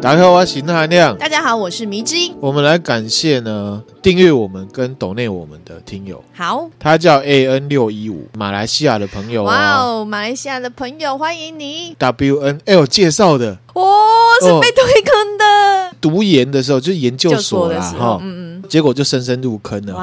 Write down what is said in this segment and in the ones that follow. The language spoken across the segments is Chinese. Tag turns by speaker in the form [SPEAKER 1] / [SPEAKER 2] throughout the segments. [SPEAKER 1] 大家好，我是陈含亮。
[SPEAKER 2] 大家好，我是迷之音。
[SPEAKER 1] 我们来感谢呢订阅我们跟抖内我们的听友，
[SPEAKER 2] 好，
[SPEAKER 1] 他叫 A N 六一五，马来西亚的朋友
[SPEAKER 2] 哇
[SPEAKER 1] 哦
[SPEAKER 2] 哦，马来西亚的朋友欢迎你
[SPEAKER 1] W N L 介绍的
[SPEAKER 2] 哦，是
[SPEAKER 1] 哦
[SPEAKER 2] 被推坑的，
[SPEAKER 1] 读研的时候就是研究所
[SPEAKER 2] 的
[SPEAKER 1] 啦
[SPEAKER 2] 时
[SPEAKER 1] 哈
[SPEAKER 2] 候，，嗯
[SPEAKER 1] 结果就深深入坑
[SPEAKER 2] 嗯，
[SPEAKER 1] 了哈。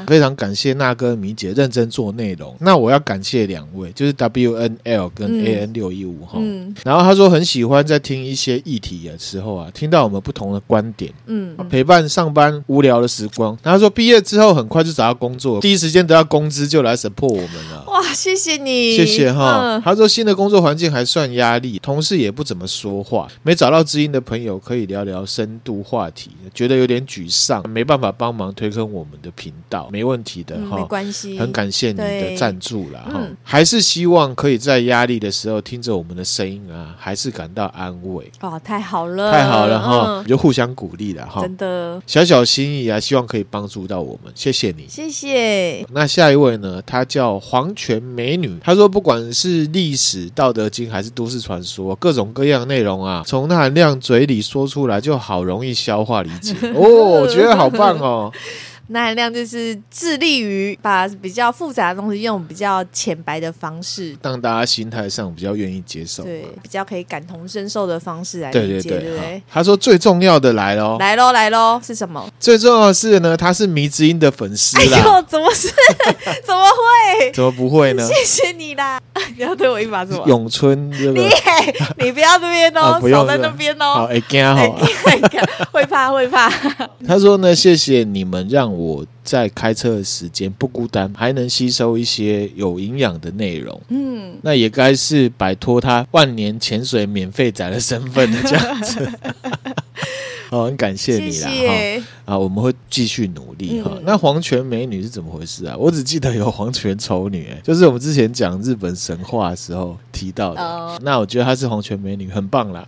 [SPEAKER 2] 哇，
[SPEAKER 1] 非常感谢那哥、米姐认真做内容。那我要感谢两位，就是 W N L 跟
[SPEAKER 2] 嗯
[SPEAKER 1] A N 六一五哈。
[SPEAKER 2] 嗯
[SPEAKER 1] 然后他说很喜欢在听一些议题的时候啊，听到我们不同的观点，
[SPEAKER 2] 嗯，嗯
[SPEAKER 1] 陪伴上班无聊的时光。然后他说毕业之后很快就找到工作，第一时间得到工资就来 support 我们了。
[SPEAKER 2] 哇，谢谢你，
[SPEAKER 1] 谢谢哈，
[SPEAKER 2] 哦嗯
[SPEAKER 1] 他说新的工作环境还算压力，同事也不怎么说话，没找到知音的朋友可以聊聊深度话题，觉得有点沮丧，没办法帮忙推坑我们的频道，没问题的
[SPEAKER 2] 嗯，没
[SPEAKER 1] 哈。
[SPEAKER 2] 关系，
[SPEAKER 1] 很感谢你的
[SPEAKER 2] 对
[SPEAKER 1] 赞助啦，哈、
[SPEAKER 2] 嗯
[SPEAKER 1] 还是希望可以在压力的时候听着我们的声音啊，还是感到安慰，
[SPEAKER 2] 哇，太好了，
[SPEAKER 1] 太好了哈，
[SPEAKER 2] 嗯
[SPEAKER 1] 就互相鼓励了哈，
[SPEAKER 2] 真的，
[SPEAKER 1] 小小心意啊，希望可以帮助到我们，谢谢你。
[SPEAKER 2] 谢谢，
[SPEAKER 1] 那下一位呢？她叫黄泉美女。她说，不管是历史、道德经还是都市传说，各种各样的内容啊，从那含亮嘴里说出来就好容易消化理 解哦，我觉得好棒哦。
[SPEAKER 2] 那含量就是致力于把比较复杂的东西用比较浅白的方式。
[SPEAKER 1] 让大家心态上比较愿意接受。
[SPEAKER 2] 对，比较可以感同身受的方式来
[SPEAKER 1] 对
[SPEAKER 2] 理
[SPEAKER 1] 对
[SPEAKER 2] 解，
[SPEAKER 1] 对
[SPEAKER 2] 不
[SPEAKER 1] 对
[SPEAKER 2] 对？，
[SPEAKER 1] 他说最重要的来了哦，
[SPEAKER 2] 来喽，来喽，是什么？
[SPEAKER 1] 最重要的是呢，他是迷之音的粉丝
[SPEAKER 2] 哎
[SPEAKER 1] 啦，
[SPEAKER 2] 呦，怎么是？ 怎么会？
[SPEAKER 1] 怎么不会呢？
[SPEAKER 2] 谢谢你啦！ 你要对我一把什么？
[SPEAKER 1] 咏春这
[SPEAKER 2] 你
[SPEAKER 1] 个
[SPEAKER 2] 你不要这边
[SPEAKER 1] 啊
[SPEAKER 2] 哦，
[SPEAKER 1] 不用
[SPEAKER 2] 少在
[SPEAKER 1] 是吧
[SPEAKER 2] 那边
[SPEAKER 1] 好
[SPEAKER 2] 哦。
[SPEAKER 1] 哎，干
[SPEAKER 2] 哎
[SPEAKER 1] 好啊。
[SPEAKER 2] 你看会怕会怕，
[SPEAKER 1] 他说呢，谢谢你们让我在开车的时间不孤单，还能吸收一些有营养的内容。
[SPEAKER 2] 嗯，
[SPEAKER 1] 那也该是摆脱他万年潜水免费仔的身份的这样子。 哦，很感谢
[SPEAKER 2] 谢
[SPEAKER 1] 你啦哈
[SPEAKER 2] 谢。
[SPEAKER 1] 啊，我们会继续努力哈、
[SPEAKER 2] 嗯
[SPEAKER 1] 那黄泉美女是怎么回事啊？我只记得有黄泉丑女、哎就是我们之前讲日本神话的时候提到的。
[SPEAKER 2] 哦
[SPEAKER 1] 那我觉得她是黄泉美女，很棒啦。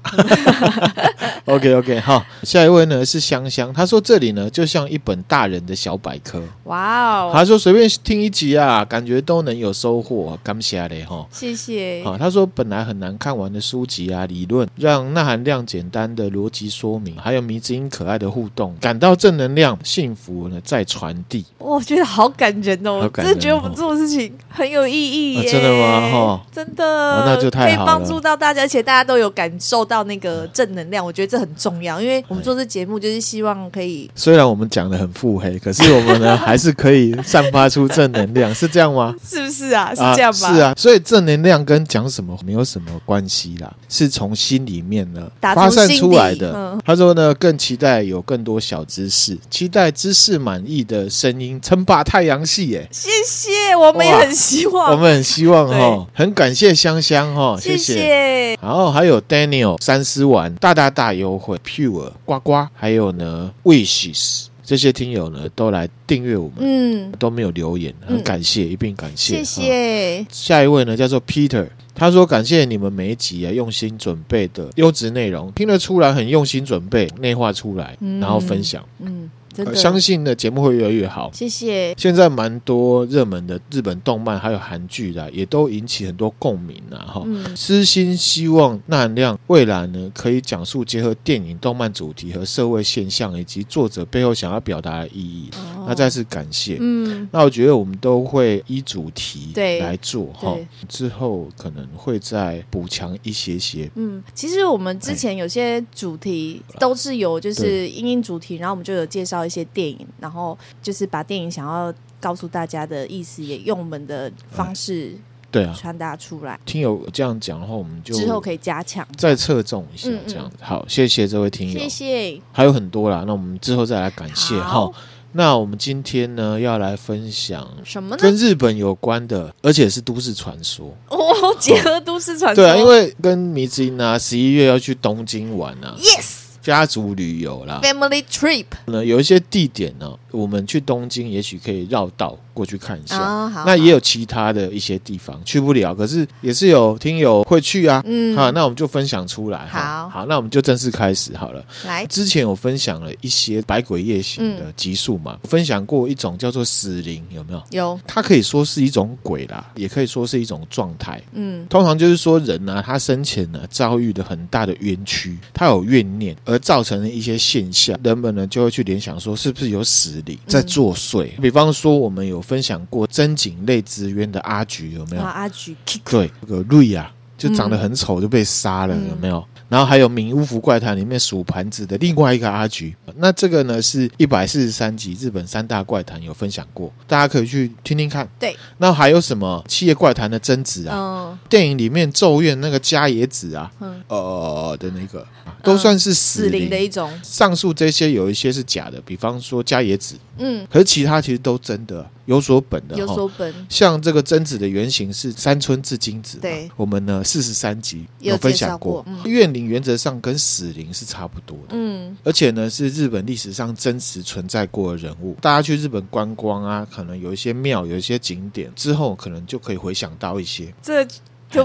[SPEAKER 1] OK OK，好，下一位呢是香香，她说这里呢就像一本大人的小百科，
[SPEAKER 2] 哇哦，
[SPEAKER 1] 她说随便听一集啊，感觉都能有收获，感谢嘞哈。
[SPEAKER 2] 谢谢，
[SPEAKER 1] 啊好，他说本来很难看完的书籍啊，理论让那含量简单的逻辑说明，还有迷之音可爱的互动，感到正能量、幸福呢再传递、
[SPEAKER 2] 我觉得好感人哦，
[SPEAKER 1] 好
[SPEAKER 2] 我
[SPEAKER 1] 感
[SPEAKER 2] 真
[SPEAKER 1] 人
[SPEAKER 2] 的觉得我们做的事情很有意义
[SPEAKER 1] 啊
[SPEAKER 2] 耶，
[SPEAKER 1] 真的吗哈哦
[SPEAKER 2] 真的，
[SPEAKER 1] 那就太好了
[SPEAKER 2] 可以帮助到大家，而且大家都有感受到那个正能量，我觉得这很重要，因为我们做这节目就是希望可以
[SPEAKER 1] 虽然我们讲的很腹黑，可是我们 呢还是可以散发出正能量，是这样吗？
[SPEAKER 2] 是不是 啊？是这样吧？
[SPEAKER 1] 啊是啊，所以正能量跟讲什么没有什么关系啦，是从心里面呢
[SPEAKER 2] 打
[SPEAKER 1] 发
[SPEAKER 2] 从
[SPEAKER 1] 散
[SPEAKER 2] 心
[SPEAKER 1] 出来
[SPEAKER 2] 底
[SPEAKER 1] 的。
[SPEAKER 2] 嗯
[SPEAKER 1] 他说呢，更期待有更多小知识，期待知识满意的声音称霸太阳系耶。
[SPEAKER 2] 谢谢，我们也
[SPEAKER 1] 哇
[SPEAKER 2] 很希
[SPEAKER 1] 我
[SPEAKER 2] 望，
[SPEAKER 1] 们很希望
[SPEAKER 2] 对
[SPEAKER 1] 哈，很感谢香香哈，
[SPEAKER 2] 谢
[SPEAKER 1] 谢。
[SPEAKER 2] 谢，
[SPEAKER 1] 然后还有 Daniel 三思丸大大大优惠 Pure 呱呱，还有呢 Wishes 这些听友呢都来订阅我们，
[SPEAKER 2] 嗯，
[SPEAKER 1] 都没有留言，很
[SPEAKER 2] 嗯
[SPEAKER 1] 感谢，一并感谢。
[SPEAKER 2] 谢
[SPEAKER 1] 哈。
[SPEAKER 2] 谢，
[SPEAKER 1] 下一位呢叫做 Peter，他说感谢你们每一集啊用心准备的优质内容，听得出来很用心准备，内化出来，
[SPEAKER 2] 嗯
[SPEAKER 1] 然后分享，
[SPEAKER 2] 嗯，真
[SPEAKER 1] 呃
[SPEAKER 2] 的，
[SPEAKER 1] 相信呢节目会越来越好。
[SPEAKER 2] 谢谢，
[SPEAKER 1] 现在蛮多热门的日本动漫还有韩剧啦，也都引起很多共鸣啦哈。
[SPEAKER 2] 嗯，
[SPEAKER 1] 私心希望那含量未来呢，可以讲述结合电影、动漫主题和社会现象，以及作者背后想要表达的意义。
[SPEAKER 2] 哦
[SPEAKER 1] 那再，次感谢。
[SPEAKER 2] 嗯，
[SPEAKER 1] 那我觉得我们都会依主题
[SPEAKER 2] 对
[SPEAKER 1] 来做哈
[SPEAKER 2] 对，
[SPEAKER 1] 之后可能会再补强一些些。
[SPEAKER 2] 嗯，其实我们之前有些主题都是有，就是
[SPEAKER 1] 对
[SPEAKER 2] 英英主题，然后我们就有介绍一些电影，然后就是把电影想要告诉大家的意思，也用我们的方式
[SPEAKER 1] 对啊，
[SPEAKER 2] 传达出来，
[SPEAKER 1] 听友这样讲的话，我们就
[SPEAKER 2] 之后可以加强。
[SPEAKER 1] 再侧重一下
[SPEAKER 2] 嗯嗯
[SPEAKER 1] 这样子。好，谢谢这位听友，
[SPEAKER 2] 谢谢，
[SPEAKER 1] 还有很多啦。那我们之后再来感谢哈
[SPEAKER 2] 好。
[SPEAKER 1] 那我们今天呢，要来分享
[SPEAKER 2] 什么呢？
[SPEAKER 1] 跟日本有关的，而且是都市传说。
[SPEAKER 2] 哦，结合都市传说，
[SPEAKER 1] 对啊，因为跟迷之音啊，十一月要去东京玩啊，
[SPEAKER 2] yes
[SPEAKER 1] 家族旅游啦，
[SPEAKER 2] family trip，
[SPEAKER 1] 呢有一些地点呢、我们去东京也许可以绕道过去看一下。
[SPEAKER 2] 啊，好，
[SPEAKER 1] 那也
[SPEAKER 2] 有，
[SPEAKER 1] 有其他的一些地方去不了，可是也是有听友会去啊。
[SPEAKER 2] 嗯，
[SPEAKER 1] 好，那我们就分享出来。哈
[SPEAKER 2] 好
[SPEAKER 1] 好，那我们就正式开始好了。
[SPEAKER 2] 来，
[SPEAKER 1] 之前有分享了一些百鬼夜行的集数嘛，分享过一种叫做死灵，有没有？
[SPEAKER 2] 有，
[SPEAKER 1] 它可以说是一种鬼啦，也可以说是一种状态。
[SPEAKER 2] 嗯
[SPEAKER 1] 通常就是说人呢、他生前呢遭遇了很大的冤屈，他有怨念，而造成了一些现象，人们呢就会去联想说，是不是有死灵在作祟？比方说，我们有分享过真井类之冤的阿菊，有没有？
[SPEAKER 2] 啊，阿菊，
[SPEAKER 1] 对，那个瑞啊，就长得很丑就被杀了，
[SPEAKER 2] 嗯
[SPEAKER 1] 有没有？然后还有《名巫符怪谈》里面数盘子的另外一个阿菊，那这个呢是一百四十三集日本三大怪谈有分享过，大家可以去听听看。
[SPEAKER 2] 对，
[SPEAKER 1] 那还有什么《七夜怪谈》的贞子啊，
[SPEAKER 2] 嗯
[SPEAKER 1] 电影里面《咒怨》那个加野子啊，
[SPEAKER 2] 嗯，
[SPEAKER 1] 呃的那个，都算是死
[SPEAKER 2] 死
[SPEAKER 1] 灵
[SPEAKER 2] 灵的一种，
[SPEAKER 1] 上述这些有一些是假的，比方说加野子，
[SPEAKER 2] 嗯，
[SPEAKER 1] 可是其他其实都真的，有所本的
[SPEAKER 2] 有
[SPEAKER 1] 哈
[SPEAKER 2] 所本，
[SPEAKER 1] 像这个贞子的原型是山村至今子嘛，
[SPEAKER 2] 对
[SPEAKER 1] 我们呢四十三集
[SPEAKER 2] 有
[SPEAKER 1] 分
[SPEAKER 2] 介绍
[SPEAKER 1] 享过
[SPEAKER 2] 过，嗯
[SPEAKER 1] 怨灵原则上跟死灵是差不多的。
[SPEAKER 2] 嗯
[SPEAKER 1] 而且呢，是日本历史上真实存在过的人物。大家去日本观光啊，可能有一些庙，有一些景点之后，可能就可以回想到一些。
[SPEAKER 2] 这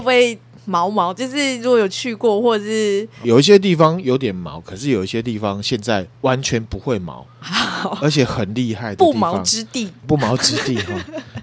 [SPEAKER 2] 会不会毛毛？就是如果有去过，或者是
[SPEAKER 1] 有一些地方有点毛，可是有一些地方现在完全不会毛，而且很厉害的地
[SPEAKER 2] 不
[SPEAKER 1] 方
[SPEAKER 2] 毛之地
[SPEAKER 1] 不毛之地 哈。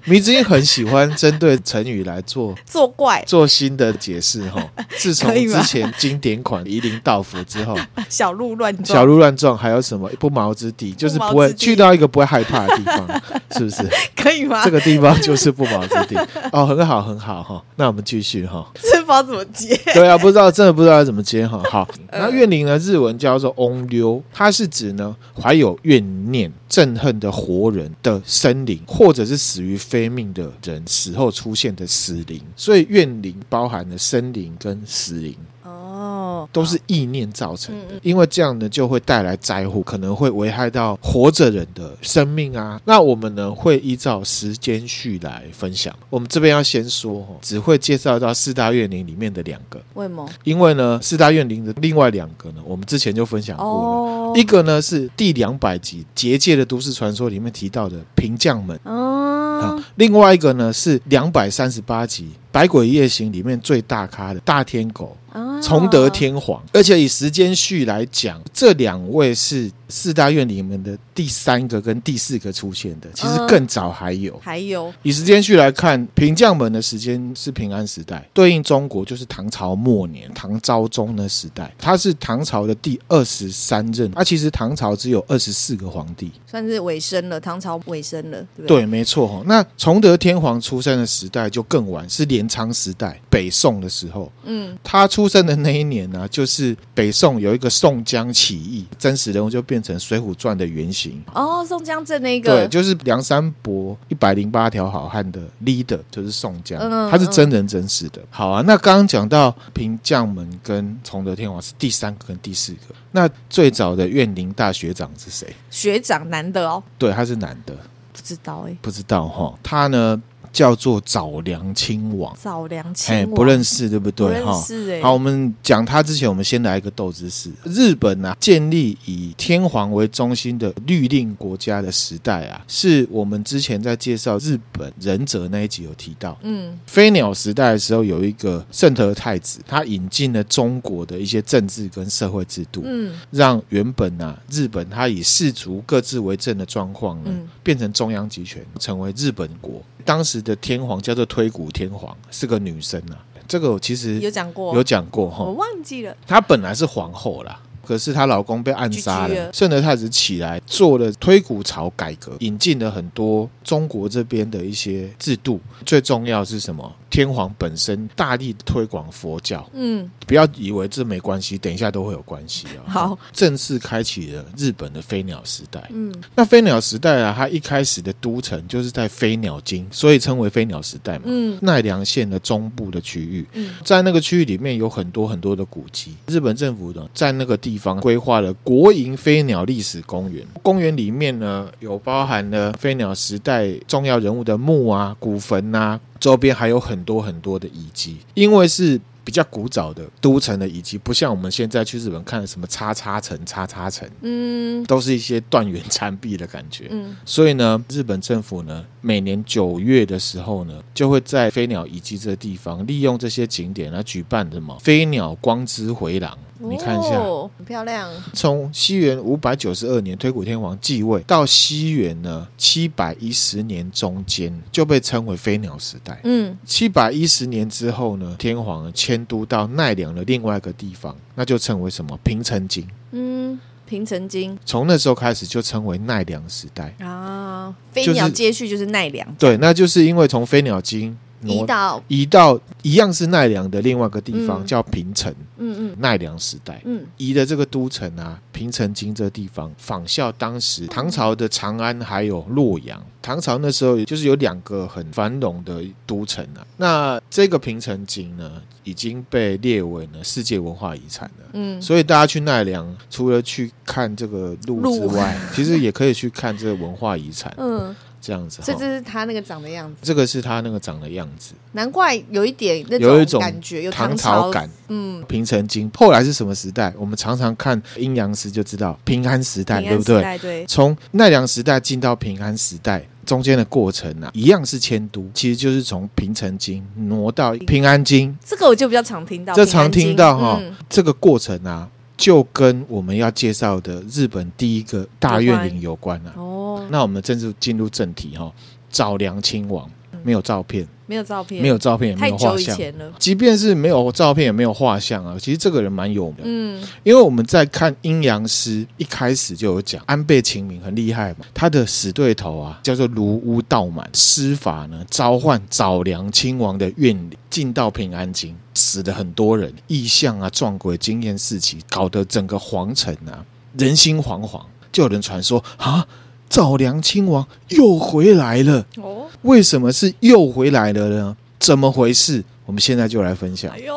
[SPEAKER 1] 迷之音很喜欢针对成语来做
[SPEAKER 2] 作怪，
[SPEAKER 1] 做新的解释 哈。自从
[SPEAKER 2] 可以
[SPEAKER 1] 之
[SPEAKER 2] 吗
[SPEAKER 1] 前经典款《夷陵道府》之后，
[SPEAKER 2] 小鹿乱
[SPEAKER 1] 小
[SPEAKER 2] 撞，
[SPEAKER 1] 鹿乱撞还有什么不毛之地，就是不会
[SPEAKER 2] 不毛之地
[SPEAKER 1] 去到一个不会害怕的地 方，是不是？
[SPEAKER 2] 可以吗？
[SPEAKER 1] 这个地方就是不毛之地哦，很好很好哈。那我们继续哈。
[SPEAKER 2] 这不知道怎么接，
[SPEAKER 1] 对啊，不知道，真的不知道要怎么接哈。好，
[SPEAKER 2] 嗯
[SPEAKER 1] 那怨灵呢，日文叫做翁溜，它是指呢怀有怨念、憎恨的活人的生灵，或者是死于非命的人死后出现的死灵。所以怨灵包含了生灵跟死灵。
[SPEAKER 2] 哦，
[SPEAKER 1] 都是意念造成的
[SPEAKER 2] 嗯嗯，
[SPEAKER 1] 因为这样呢就会带来灾祸，可能会危害到活着人的生命啊。那我们呢会依照时间序来分享。我们这边要先说哦，只会介绍到四大怨灵里面的两个，
[SPEAKER 2] 为毛？
[SPEAKER 1] 因为呢四大怨灵的另外两个呢，我们之前就分享过了。
[SPEAKER 2] 哦，
[SPEAKER 1] 一个呢是第两百集《结界的都市传说》里面提到的平将门啊
[SPEAKER 2] 嗯，，
[SPEAKER 1] 另外一个呢是两百三十八集《百鬼夜行》里面最大咖的大天狗
[SPEAKER 2] 啊
[SPEAKER 1] 崇德，天皇，而且以时间序来讲，这两位是四大院里面的第三个跟第四个出现的，其实
[SPEAKER 2] 嗯
[SPEAKER 1] 更早还有。
[SPEAKER 2] 还有
[SPEAKER 1] 以时间序来看，平将门的时间是平安时代，对应中国就是唐朝末年唐昭宗的时代，他是唐朝的第二十三任。他、其实唐朝只有二十四个皇帝，
[SPEAKER 2] 算是尾声了，唐朝尾声了，对不啊对？
[SPEAKER 1] 对，没错哈。那崇德天皇出生的时代就更晚，是镰仓时代北宋的时候。
[SPEAKER 2] 嗯，
[SPEAKER 1] 他出生的那一年呢、就是北宋有一个宋江起义，真实人物就变成《水浒传》的原型。
[SPEAKER 2] 哦，宋江镇那
[SPEAKER 1] 对，
[SPEAKER 2] 个，
[SPEAKER 1] 就是梁山伯一百零八条好汉的 leader 就是宋江，
[SPEAKER 2] 嗯
[SPEAKER 1] 他是真人真事的。好啊，那刚刚讲到平将门跟崇德天王是第三个跟第四个，那最早的怨灵大学长是谁？
[SPEAKER 2] 学长男的哦，
[SPEAKER 1] 对，他是男的，
[SPEAKER 2] 不知道哎，
[SPEAKER 1] 不知道哈。他呢叫做早良亲王，
[SPEAKER 2] 早良亲
[SPEAKER 1] 哎，
[SPEAKER 2] 王
[SPEAKER 1] 不认识对不
[SPEAKER 2] 不
[SPEAKER 1] 对
[SPEAKER 2] 认
[SPEAKER 1] 哈？
[SPEAKER 2] 识哎，
[SPEAKER 1] 好，我们讲它之前，我们先来一个斗知识。日本啊，建立以天皇为中心的律令国家的时代啊，是我们之前在介绍日本忍者那一集有提到。
[SPEAKER 2] 嗯
[SPEAKER 1] 飞鸟时代的时候，有一个圣德太子，他引进了中国的一些政治跟社会制度，
[SPEAKER 2] 嗯
[SPEAKER 1] 让原本啊日本它以士族各自为政的状况呢，
[SPEAKER 2] 嗯
[SPEAKER 1] 变成中央集权，成为日本国。当时的天皇叫做推古天皇，是个女生啊。这个我其实
[SPEAKER 2] 有讲过，哦
[SPEAKER 1] 有哦讲过
[SPEAKER 2] 我
[SPEAKER 1] 哈，
[SPEAKER 2] 忘记了，
[SPEAKER 1] 她本来是皇后啦。可是她老公被暗杀
[SPEAKER 2] 居居了
[SPEAKER 1] 了，圣德太子起来做了推古朝改革，引进了很多中国这边的一些制度。最重要是什么？天皇本身大力推广佛教，
[SPEAKER 2] 嗯，
[SPEAKER 1] 不要以为这没关系，等一下都会有关系啊。
[SPEAKER 2] 好，
[SPEAKER 1] 正式开启了日本的飞鸟时代。
[SPEAKER 2] 嗯
[SPEAKER 1] 那飞鸟时代啊，它一开始的都城就是在飞鸟京，所以称为飞鸟时代嘛。
[SPEAKER 2] 嗯
[SPEAKER 1] 奈良县的中部的区域，
[SPEAKER 2] 嗯
[SPEAKER 1] 在那个区域里面有很多很多的古迹。日本政府呢，在那个地方规划了国营飞鸟历史公园。公园里面呢，有包含了飞鸟时代重要人物的墓啊、古坟啊，周边还有很多很多的遗迹。因为是比较古早的都城的遗迹，不像我们现在去日本看的什么叉叉城、叉叉城，
[SPEAKER 2] 嗯
[SPEAKER 1] 都是一些断垣残壁的感觉。
[SPEAKER 2] 嗯
[SPEAKER 1] 所以呢，日本政府呢，每年九月的时候呢，就会在飞鸟遗迹这个地方，利用这些景点来举办什么飞鸟光之回廊。你看一下，
[SPEAKER 2] 哦、很漂亮，
[SPEAKER 1] 从西元五百九十二年推古天皇继位到西元呢七百一十年中间，就被称为飞鸟时代。
[SPEAKER 2] 嗯
[SPEAKER 1] 七百一十年之后呢，天皇迁都到奈良的另外一个地方，那就称为什么平城京。
[SPEAKER 2] 嗯，平城京
[SPEAKER 1] 从那时候开始就称为奈良时代。
[SPEAKER 2] 啊，飞
[SPEAKER 1] 就是
[SPEAKER 2] 鸟接续就是奈良，
[SPEAKER 1] 对，那就是因为从飞鸟京
[SPEAKER 2] 移
[SPEAKER 1] 挪
[SPEAKER 2] 到
[SPEAKER 1] 移到一样是奈良的另外一个地方，
[SPEAKER 2] 嗯
[SPEAKER 1] 叫平城，
[SPEAKER 2] 嗯嗯
[SPEAKER 1] 奈良时代。
[SPEAKER 2] 嗯
[SPEAKER 1] 移的这个都城啊，平城京这地方，仿效当
[SPEAKER 2] 嗯
[SPEAKER 1] 时唐朝的长安还有洛阳。唐朝那时候就是有两个很繁荣的都城啊。那这个平城京呢，已经被列为呢世界文化遗产了。
[SPEAKER 2] 嗯，
[SPEAKER 1] 所以大家去奈良，除了去看这个鹿之
[SPEAKER 2] 鹿
[SPEAKER 1] 外，其实也可以去看这个文化遗产，
[SPEAKER 2] 嗯，
[SPEAKER 1] 这样子哈。
[SPEAKER 2] 所以这是他那个长的样子，
[SPEAKER 1] 这个是他那个长的样子，
[SPEAKER 2] 难怪有一点那
[SPEAKER 1] 有一种
[SPEAKER 2] 感觉，有
[SPEAKER 1] 唐
[SPEAKER 2] 朝
[SPEAKER 1] 朝，感。
[SPEAKER 2] 嗯，
[SPEAKER 1] 平城京后来是什么时代？我们常常看阴阳师就知道，平安时代，
[SPEAKER 2] 平
[SPEAKER 1] 对
[SPEAKER 2] 安
[SPEAKER 1] 不
[SPEAKER 2] 时
[SPEAKER 1] 对？
[SPEAKER 2] 代对，
[SPEAKER 1] 从奈良时代进到平安时代中间的过程啊，一样是迁都，其实就是从平城京挪到平安京，
[SPEAKER 2] 这个我就比较常听到，
[SPEAKER 1] 这
[SPEAKER 2] 平安
[SPEAKER 1] 常
[SPEAKER 2] 京
[SPEAKER 1] 听到哈
[SPEAKER 2] 嗯
[SPEAKER 1] 这个过程啊，就跟我们要介绍的日本第一个大院领有关啊。
[SPEAKER 2] 哦，
[SPEAKER 1] 那我们正式进入正题哈、赵良亲王没有照片，
[SPEAKER 2] 没有照片，
[SPEAKER 1] 没有照片也没
[SPEAKER 2] 嗯太
[SPEAKER 1] 有画
[SPEAKER 2] 久以
[SPEAKER 1] 像。
[SPEAKER 2] 前了，
[SPEAKER 1] 即便是没有照片也没有画像啊，其实这个人蛮有名的，
[SPEAKER 2] 嗯
[SPEAKER 1] 因为我们在看《阴阳师》一开始就有讲安倍晴明很厉害嘛，他的死对头啊叫做卢屋道满，施法呢召唤早良亲王的怨灵进到平安京，死了很多人，异象啊、撞鬼、惊艳四起，搞得整个皇城啊人心惶惶，就有人传说啊。早良亲王又回来了，
[SPEAKER 2] 哦，
[SPEAKER 1] 为什么是又回来了呢？怎么回事？我们现在就来分享
[SPEAKER 2] 哎。呦，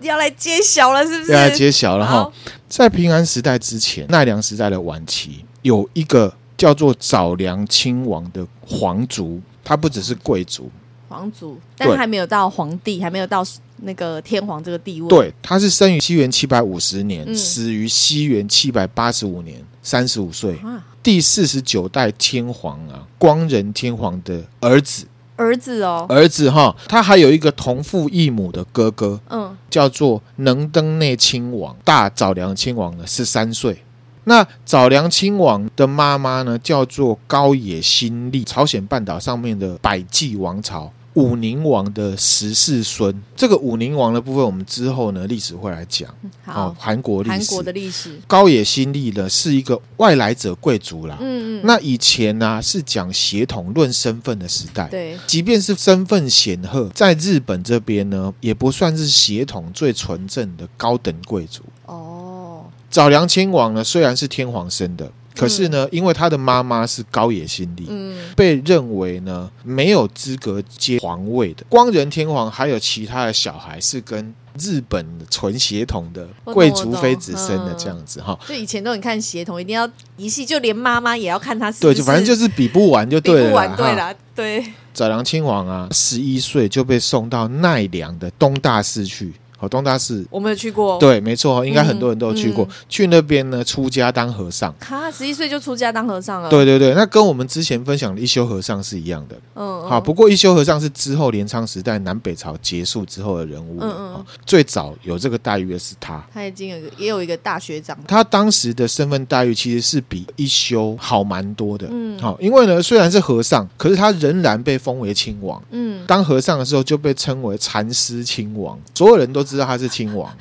[SPEAKER 2] 要来揭晓了是不是？
[SPEAKER 1] 要来揭晓了哈
[SPEAKER 2] 好。，
[SPEAKER 1] 在平安时代之前，奈良时代的晚期，有一个叫做早良亲王的皇族，他不只是贵族，
[SPEAKER 2] 皇族，但还没有到皇帝，还没有到那个天皇这个地位，，
[SPEAKER 1] 对，他是生于西元七百五十年，
[SPEAKER 2] 嗯
[SPEAKER 1] 死于西元七百八十五年，三十五岁，
[SPEAKER 2] 啊，
[SPEAKER 1] 第四十九代天皇啊，光仁天皇的儿子，
[SPEAKER 2] 儿子哦，
[SPEAKER 1] 儿子哈，他还有一个同父异母的哥哥，
[SPEAKER 2] 嗯，
[SPEAKER 1] 叫做能登内亲王，大早良亲王呢是三岁。那早良亲王的妈妈呢，叫做高野新立，朝鲜半岛上面的百济王朝武宁王的十世孙。这个武宁王的部分，我们之后呢历史会来讲。
[SPEAKER 2] 嗯好
[SPEAKER 1] 哦，，韩国历
[SPEAKER 2] 韩
[SPEAKER 1] 史
[SPEAKER 2] 国。的历史，
[SPEAKER 1] 高野新立呢是一个外来者贵族啦。
[SPEAKER 2] 嗯嗯，
[SPEAKER 1] 那以前呢、是讲血统论身份的时代。
[SPEAKER 2] 对，
[SPEAKER 1] 即便是身份显赫，在日本这边呢，也不算是血统最纯正的高等贵族。
[SPEAKER 2] 哦，
[SPEAKER 1] 早良亲王呢，虽然是天皇生的，可是呢，因为他的妈妈是高野新立。
[SPEAKER 2] 嗯
[SPEAKER 1] 被认为呢没有资格接皇位的光仁天皇，还有其他的小孩是跟日本纯血统的
[SPEAKER 2] 我懂
[SPEAKER 1] 贵
[SPEAKER 2] 我
[SPEAKER 1] 族
[SPEAKER 2] 懂
[SPEAKER 1] 妃子生的
[SPEAKER 2] 嗯
[SPEAKER 1] 这样子哈，
[SPEAKER 2] 就以前都很看协同，一定要一系，就连妈妈也要看他是不
[SPEAKER 1] 对，
[SPEAKER 2] 是，
[SPEAKER 1] 就反正就是是比不完就
[SPEAKER 2] 比
[SPEAKER 1] 对了
[SPEAKER 2] 不
[SPEAKER 1] 啦
[SPEAKER 2] 完，对
[SPEAKER 1] 哈
[SPEAKER 2] 啦，对，
[SPEAKER 1] 早良亲王啊，十一岁就被送到奈良的东大寺去。哦，东大寺，
[SPEAKER 2] 我没有去过，，
[SPEAKER 1] 对，没错，哦应该很多人都有去过。
[SPEAKER 2] 嗯
[SPEAKER 1] 去那边呢，出家当和尚。
[SPEAKER 2] 他十一岁就出家当和尚了，，
[SPEAKER 1] 对对对，那跟我们之前分享的一休和尚是一样的。
[SPEAKER 2] 嗯，嗯
[SPEAKER 1] 好，不，过一休和尚是之后镰仓时代南北朝结束之后的人物了。
[SPEAKER 2] 嗯嗯
[SPEAKER 1] 哦最早有这个待遇的是他。
[SPEAKER 2] 他已经有一个也有一个大学长，
[SPEAKER 1] 他当时的身份待遇其实是比一休好蛮多的，
[SPEAKER 2] 嗯
[SPEAKER 1] 好、因为呢虽然是和尚，可是他仍然被封为亲王。
[SPEAKER 2] 嗯，
[SPEAKER 1] 当和尚的时候就被称为禅师亲王，所有人都知道他是亲王。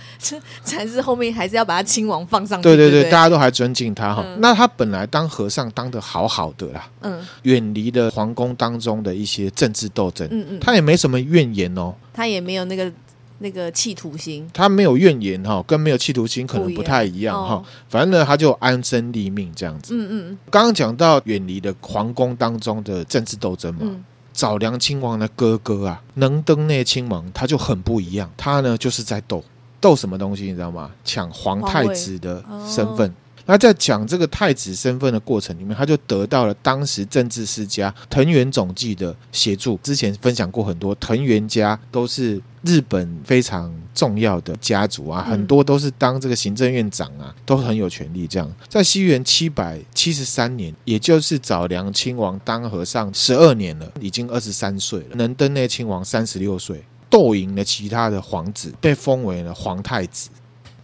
[SPEAKER 2] 禅师后面还是要把他亲王放上去，
[SPEAKER 1] 对对
[SPEAKER 2] 嗯对
[SPEAKER 1] 对，
[SPEAKER 2] 不
[SPEAKER 1] 大，家都还尊敬他哈。
[SPEAKER 2] 嗯
[SPEAKER 1] 那他本来当和尚当的好好的啦，
[SPEAKER 2] 嗯
[SPEAKER 1] 远离了皇宫当中的一些政治斗争，
[SPEAKER 2] 嗯嗯，
[SPEAKER 1] 他也没什么怨言哦，
[SPEAKER 2] 他也没有那个那个企图心，
[SPEAKER 1] 他没有怨言哈、跟没有企图心可能不太一样哈、
[SPEAKER 2] 哦
[SPEAKER 1] 反正呢，他就安身立命这样子。
[SPEAKER 2] 嗯嗯
[SPEAKER 1] 刚刚讲到远离了皇宫当中的政治斗争嘛，
[SPEAKER 2] 嗯，
[SPEAKER 1] 早良亲王的哥哥啊，能登内亲王，他就很不一样。他呢，就是在斗斗什么东西，你知道吗？抢皇太子的身份。那在讲这个太子身份的过程里面，他就得到了当时政治世家藤原总纪的协助。之前分享过很多，藤原家都是日本非常重要的家族啊，
[SPEAKER 2] 嗯
[SPEAKER 1] 很多都是当这个行政院长啊，都很有权利。这样，在西元七百七十三年，也就是早良亲王当和尚十二年了，已经二十三岁了，能登内亲王三十六岁。斗赢了其他的皇子，被封为了皇太子。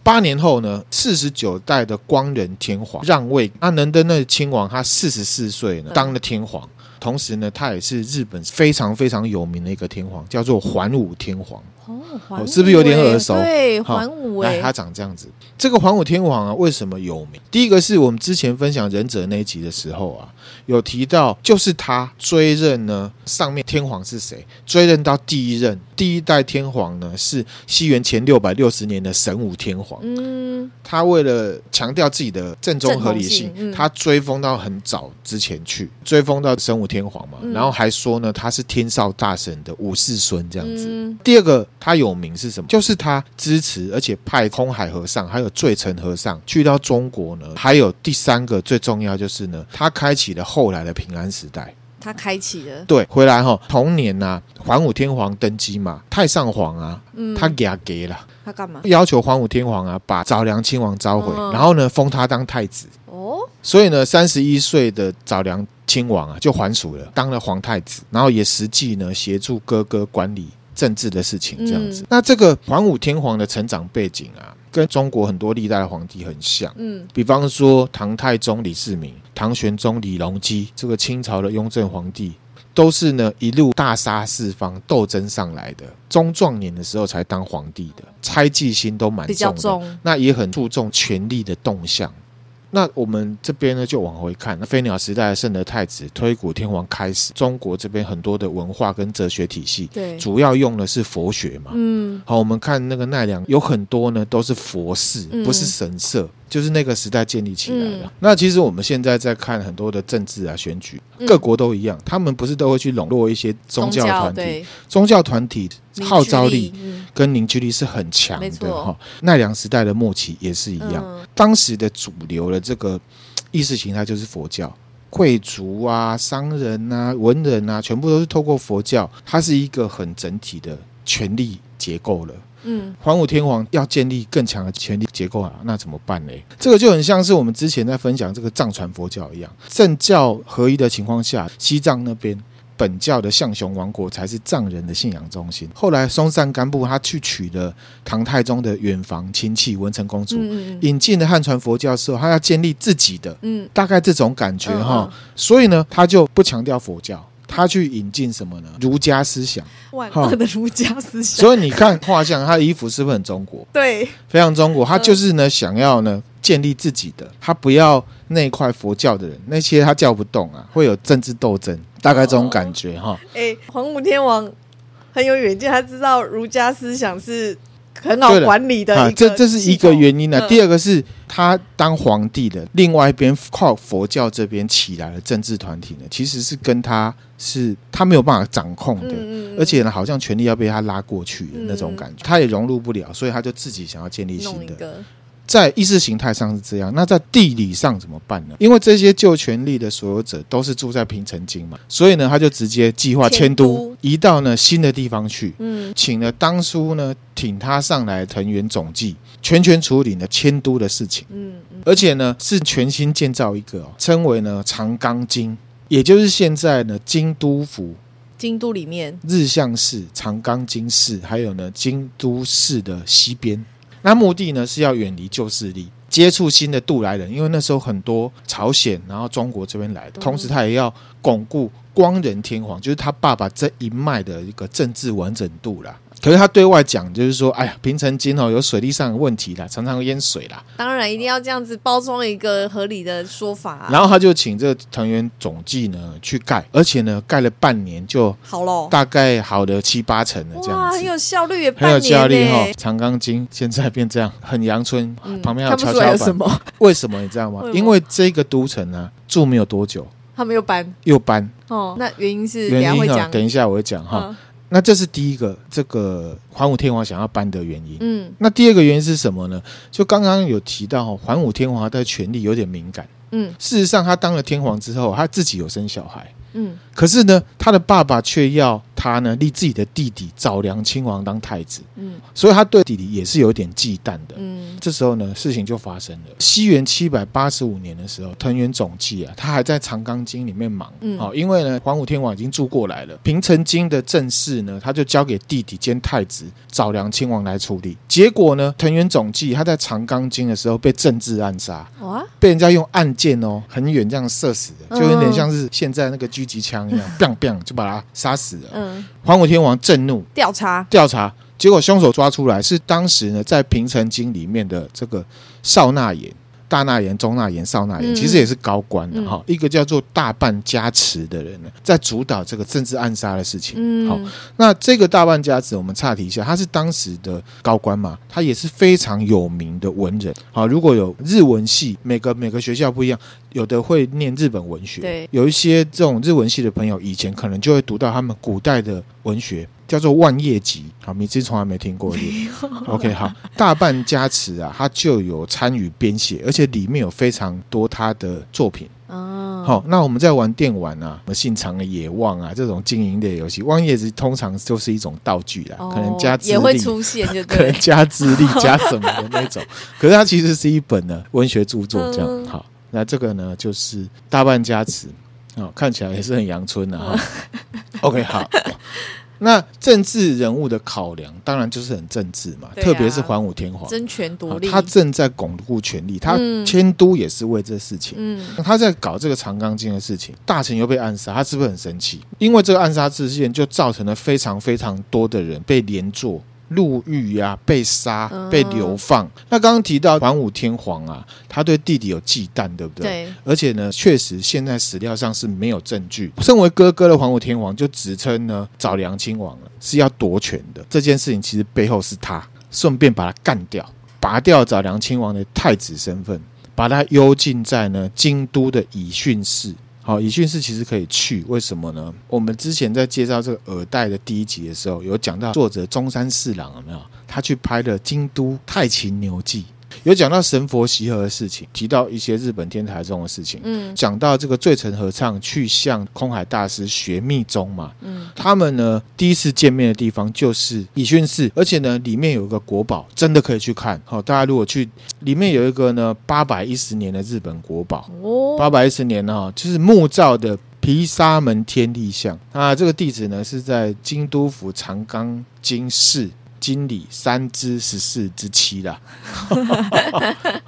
[SPEAKER 1] 八年后呢，四十九代的光仁天皇让位，那能登那亲王他四十四岁呢，
[SPEAKER 2] 嗯
[SPEAKER 1] 当了天皇。同时呢，他也是日本非常非常有名的一个天皇，叫做桓武天皇。
[SPEAKER 2] 哦，环
[SPEAKER 1] 哦是不是有点耳熟
[SPEAKER 2] 对，
[SPEAKER 1] 好
[SPEAKER 2] 环舞
[SPEAKER 1] 哎，
[SPEAKER 2] 哎，
[SPEAKER 1] 他长这样子。这个桓武天皇啊，为什么有名？第一个是我们之前分享忍者那一集的时候啊，有提到，就是他追认呢，上面天皇是谁？追认到第一任，第一代天皇呢是西元前六百六十年的神武天皇。
[SPEAKER 2] 嗯，
[SPEAKER 1] 他为了强调自己的正宗合理性，
[SPEAKER 2] 正统性嗯
[SPEAKER 1] 他追封到很早之前去，追封到神武天皇嘛，
[SPEAKER 2] 嗯
[SPEAKER 1] 然后还说呢，他是天少大神的五世孙这样子。
[SPEAKER 2] 嗯
[SPEAKER 1] 第二个，他有名是什么？就是他支持，而且派空海和尚还有醉尘和尚去到中国呢。还有第三个最重要就是呢，他开启了后来的平安时代。
[SPEAKER 2] 他开启了，
[SPEAKER 1] 对，回来哈、同年呐、桓武天皇登基嘛，太上皇啊，
[SPEAKER 2] 嗯，
[SPEAKER 1] 他给他给了，
[SPEAKER 2] 他干嘛？
[SPEAKER 1] 要求桓武天皇啊把早良亲王召回，
[SPEAKER 2] 嗯
[SPEAKER 1] 然后呢封他当太子。
[SPEAKER 2] 哦，
[SPEAKER 1] 所以呢，三十一岁的早良亲王啊，就还俗了，当了皇太子，然后也实际呢协助哥哥管理政治的事情，这样子。
[SPEAKER 2] 嗯
[SPEAKER 1] 那这个桓武天皇的成长背景啊，跟中国很多历代的皇帝很像。
[SPEAKER 2] 嗯
[SPEAKER 1] 比方说唐太宗李世民、唐玄宗李隆基，这个清朝的雍正皇帝，都是呢一路大杀四方、斗争上来的，中壮年的时候才当皇帝的，猜忌心都蛮
[SPEAKER 2] 比较
[SPEAKER 1] 的
[SPEAKER 2] 重，
[SPEAKER 1] 那也很注重权力的动向。那我们这边呢，就往回看，那飞鸟时代的圣德太子、推古天皇开始，中国这边很多的文化跟哲学体系，
[SPEAKER 2] 对，
[SPEAKER 1] 主要用的是佛学嘛。
[SPEAKER 2] 嗯
[SPEAKER 1] 好，我们看那个奈良，有很多呢都是佛寺，
[SPEAKER 2] 嗯
[SPEAKER 1] 不是神社，就是那个时代建立起来的。
[SPEAKER 2] 嗯
[SPEAKER 1] 那其实我们现在在看很多的政治啊、选举，
[SPEAKER 2] 嗯
[SPEAKER 1] 各国都一样，他们不是都会去笼络一些宗教团体？
[SPEAKER 2] 对
[SPEAKER 1] 宗教团体号召，
[SPEAKER 2] 凝
[SPEAKER 1] 力
[SPEAKER 2] 聚嗯
[SPEAKER 1] 跟凝聚力是很强
[SPEAKER 2] 没
[SPEAKER 1] 的
[SPEAKER 2] 错
[SPEAKER 1] 哈。奈良时代的末期也是一样，
[SPEAKER 2] 嗯
[SPEAKER 1] 当时的主流的这个嘖意识形态就是佛教，贵族啊、商人啊、文人啊，全部都是透过佛教，它是一个很整体的权力结构了。
[SPEAKER 2] 嗯，
[SPEAKER 1] 桓武天皇要建立更强的权力结构啊，那怎么办呢？这个就很像是我们之前在分享这个藏传佛教一样，政教合一的情况下，西藏那边。本教的象雄王国才是藏人的信仰中心。后来松赞干布他去娶了唐太宗的远房亲戚文成公主，
[SPEAKER 2] 嗯嗯嗯
[SPEAKER 1] 引进了汉传佛教之后，他要建立自己的，
[SPEAKER 2] 嗯，
[SPEAKER 1] 大概这种感觉哈
[SPEAKER 2] 嗯。
[SPEAKER 1] 所以呢，他就不强调佛教，他去引进什么呢？儒家思想。
[SPEAKER 2] 万
[SPEAKER 1] 好
[SPEAKER 2] 恶的儒家思想，
[SPEAKER 1] 所以你看画像，他的衣服是不是很中国？
[SPEAKER 2] 对，
[SPEAKER 1] 非常中
[SPEAKER 2] 嗯
[SPEAKER 1] 国，他就是呢想要呢建立自己的，他不要那块佛教的人，那些他叫不动
[SPEAKER 2] 嗯
[SPEAKER 1] 啊，会有政治斗争，大概这种感觉哈。
[SPEAKER 2] 哎，黄武天王很有远见，他知道儒家思想是很好
[SPEAKER 1] 对了
[SPEAKER 2] 管理的
[SPEAKER 1] 啊
[SPEAKER 2] 一，个
[SPEAKER 1] 这这是一
[SPEAKER 2] 系
[SPEAKER 1] 个
[SPEAKER 2] 统
[SPEAKER 1] 原因呢、啊
[SPEAKER 2] 嗯
[SPEAKER 1] 第二个是他当皇帝的，另外一边靠佛教这边起来的政治团体呢，其实是跟他是他没有办法掌控的，
[SPEAKER 2] 嗯嗯嗯
[SPEAKER 1] 而且呢，好像权力要被他拉过去的
[SPEAKER 2] 嗯
[SPEAKER 1] 那种感觉，他也融入不了，所以他就自己想要建立
[SPEAKER 2] 弄
[SPEAKER 1] 新
[SPEAKER 2] 一
[SPEAKER 1] 的。
[SPEAKER 2] 个，
[SPEAKER 1] 在意识形态上是这样，那在地理上怎么办呢？因为这些旧权力的所有者都是住在平城京嘛，所以呢，他就直接计划迁
[SPEAKER 2] 迁
[SPEAKER 1] 都
[SPEAKER 2] 都，
[SPEAKER 1] 移到呢新的地方去。
[SPEAKER 2] 嗯
[SPEAKER 1] 请了当初呢挺他上来的藤原总计，全权处理呢迁都的事情，
[SPEAKER 2] 嗯嗯，
[SPEAKER 1] 而且呢是全新建造一个、哦、称为呢长冈京，也就是现在呢京都府、
[SPEAKER 2] 京都里面，
[SPEAKER 1] 日向市、长冈京市，还有呢京都市的西边。那目的呢是要远离旧势力，接触新的渡来人，因为那时候很多朝鲜，然后中国这边来的，
[SPEAKER 2] 嗯
[SPEAKER 1] 同时他也要巩固光仁天皇，就是他爸爸这一脉的一个政治完整度啦。可是他对外讲就是说，哎呀，平城京哦有水利上的问题啦，常常淹水啦，
[SPEAKER 2] 当然一定要这样子包装一个合理的说法啊，
[SPEAKER 1] 然后他就请这个藤原总计呢去盖，而且呢盖了半年就
[SPEAKER 2] 好喽，
[SPEAKER 1] 大概好了七八成了这
[SPEAKER 2] 哇，
[SPEAKER 1] 样
[SPEAKER 2] 很
[SPEAKER 1] 子。
[SPEAKER 2] 有效率耶，
[SPEAKER 1] 很有
[SPEAKER 2] 半
[SPEAKER 1] 效
[SPEAKER 2] 年
[SPEAKER 1] 率哈、
[SPEAKER 2] 耶
[SPEAKER 1] 长冈京现在变这样，很阳春，
[SPEAKER 2] 嗯
[SPEAKER 1] 旁边还有跷
[SPEAKER 2] 看不出来
[SPEAKER 1] 跷
[SPEAKER 2] 有什
[SPEAKER 1] 板。
[SPEAKER 2] 么，
[SPEAKER 1] 为什么你知道吗
[SPEAKER 2] 为？什么
[SPEAKER 1] 因为这个都城呢、住没有多久
[SPEAKER 2] 他没有搬
[SPEAKER 1] 又搬，
[SPEAKER 2] 哦。那原因是等
[SPEAKER 1] 原
[SPEAKER 2] 一下会
[SPEAKER 1] 因哈、
[SPEAKER 2] 讲
[SPEAKER 1] 等一下我会讲哈、
[SPEAKER 2] 嗯
[SPEAKER 1] 那这是第一个，这个桓武天皇想要搬的原因。
[SPEAKER 2] 嗯
[SPEAKER 1] 那第二个原因是什么呢？就刚刚有提到哦，桓武天皇对权力有点敏感。
[SPEAKER 2] 嗯
[SPEAKER 1] 事实上，他当了天皇之后，他自己有生小孩，
[SPEAKER 2] 嗯
[SPEAKER 1] 可是呢，他的爸爸却要他呢立自己的弟弟早良亲王当太子，
[SPEAKER 2] 嗯
[SPEAKER 1] 所以他对弟弟也是有点忌惮的。
[SPEAKER 2] 嗯
[SPEAKER 1] 这时候呢，事情就发生了。西元七百八十五年的时候，藤原总纪啊，他还在长冈京里面忙，
[SPEAKER 2] 嗯
[SPEAKER 1] 哦，因为呢，桓武天王已经住过来了，平城京的政事呢，他就交给弟弟兼太子早良亲王来处理。结果呢，藤原总纪他在长冈京的时候被政治暗杀，
[SPEAKER 2] 哇，
[SPEAKER 1] 被人家用暗箭哦，很远这样射死的，
[SPEAKER 2] 嗯
[SPEAKER 1] 就有点像是现在那个狙击枪 一样，biang biang 就把他杀死了。
[SPEAKER 2] 嗯，
[SPEAKER 1] 桓武天王震怒，
[SPEAKER 2] 调查，
[SPEAKER 1] 调查，结果凶手抓出来是当时呢在平城京里面的这个少纳言、大纳言、中纳言、少纳言，
[SPEAKER 2] 嗯
[SPEAKER 1] 其实也是高官的
[SPEAKER 2] 嗯
[SPEAKER 1] 哈、一个叫做大半家持的人呢，在主导这个政治暗杀的事情。
[SPEAKER 2] 嗯，
[SPEAKER 1] 好，那这个大半家持，我们岔题一下，他是当时的高官嘛，他也是非常有名的文人。好，如果有日文系，每个每个学校不一样，有的会念日本文学，
[SPEAKER 2] 对
[SPEAKER 1] 有一些这种日文系的朋友，以前可能就会读到他们古代的文学，叫做《万叶集》。好，你自己从来没听过对不对 OK，好，大半家持啊，他就有参与编写，而且里面有非常多他的作品。
[SPEAKER 2] 嗯，
[SPEAKER 1] 好、，那我们在玩电玩啊，什么信长的野望啊这种经营类游戏，望叶子通常就是一种道具啦，可能加智
[SPEAKER 2] 哦也会
[SPEAKER 1] 力，
[SPEAKER 2] 出现，就
[SPEAKER 1] 可能
[SPEAKER 2] 对，
[SPEAKER 1] 加智 力加什么的那种。可是它其实是一本呢文学著作，这样、
[SPEAKER 2] 嗯
[SPEAKER 1] 好。那这个呢就是大半加持，哦，看起来也是很阳春的、哈。OK，好。
[SPEAKER 2] 嗯
[SPEAKER 1] 那政治人物的考量，当然就是很政治嘛，
[SPEAKER 2] 对啊
[SPEAKER 1] 特别是桓武天皇，
[SPEAKER 2] 争权
[SPEAKER 1] 好
[SPEAKER 2] 夺利，
[SPEAKER 1] 他正在巩固权力，他
[SPEAKER 2] 嗯
[SPEAKER 1] 迁都也是为这事情。
[SPEAKER 2] 嗯
[SPEAKER 1] 他在搞这个长冈京的事情，大臣又被暗杀，他是不是很生气？因为这个暗杀事件就造成了非常非常多的人被连坐、入狱啊、被杀
[SPEAKER 2] 嗯、
[SPEAKER 1] 被流放。那刚刚提到桓武天皇啊，他对弟弟有忌惮，对不对？
[SPEAKER 2] 对，
[SPEAKER 1] 而且呢，确实现在史料上是没有证据。身为哥哥的桓武天皇就指称呢，找梁亲王了是要夺权的。这件事情其实背后是他，顺便把他干掉，拔掉找梁亲王的太子身份，把他幽禁在呢京都的以训寺。好，以训寺其实可以去，为什么呢？我们之前在介绍这个耳代的第一集的时候，有讲到作者中山四郎有没有？他去拍的京都太秦牛记，有讲到神佛习合的事情，提到一些日本天台宗的事情，
[SPEAKER 2] 嗯
[SPEAKER 1] 讲到这个醉城和尚去向空海大师学密宗嘛，
[SPEAKER 2] 嗯
[SPEAKER 1] 他们呢第一次见面的地方就是以训寺，而且呢里面有一个国宝，真的可以去看。好、大家如果去，里面有一个呢八百一十年的日本国宝，
[SPEAKER 2] 哦，
[SPEAKER 1] 八百一十年哈、就是木造的毗沙门天地像。那这个地址呢是在京都府长冈京市经理三之十四之七啦。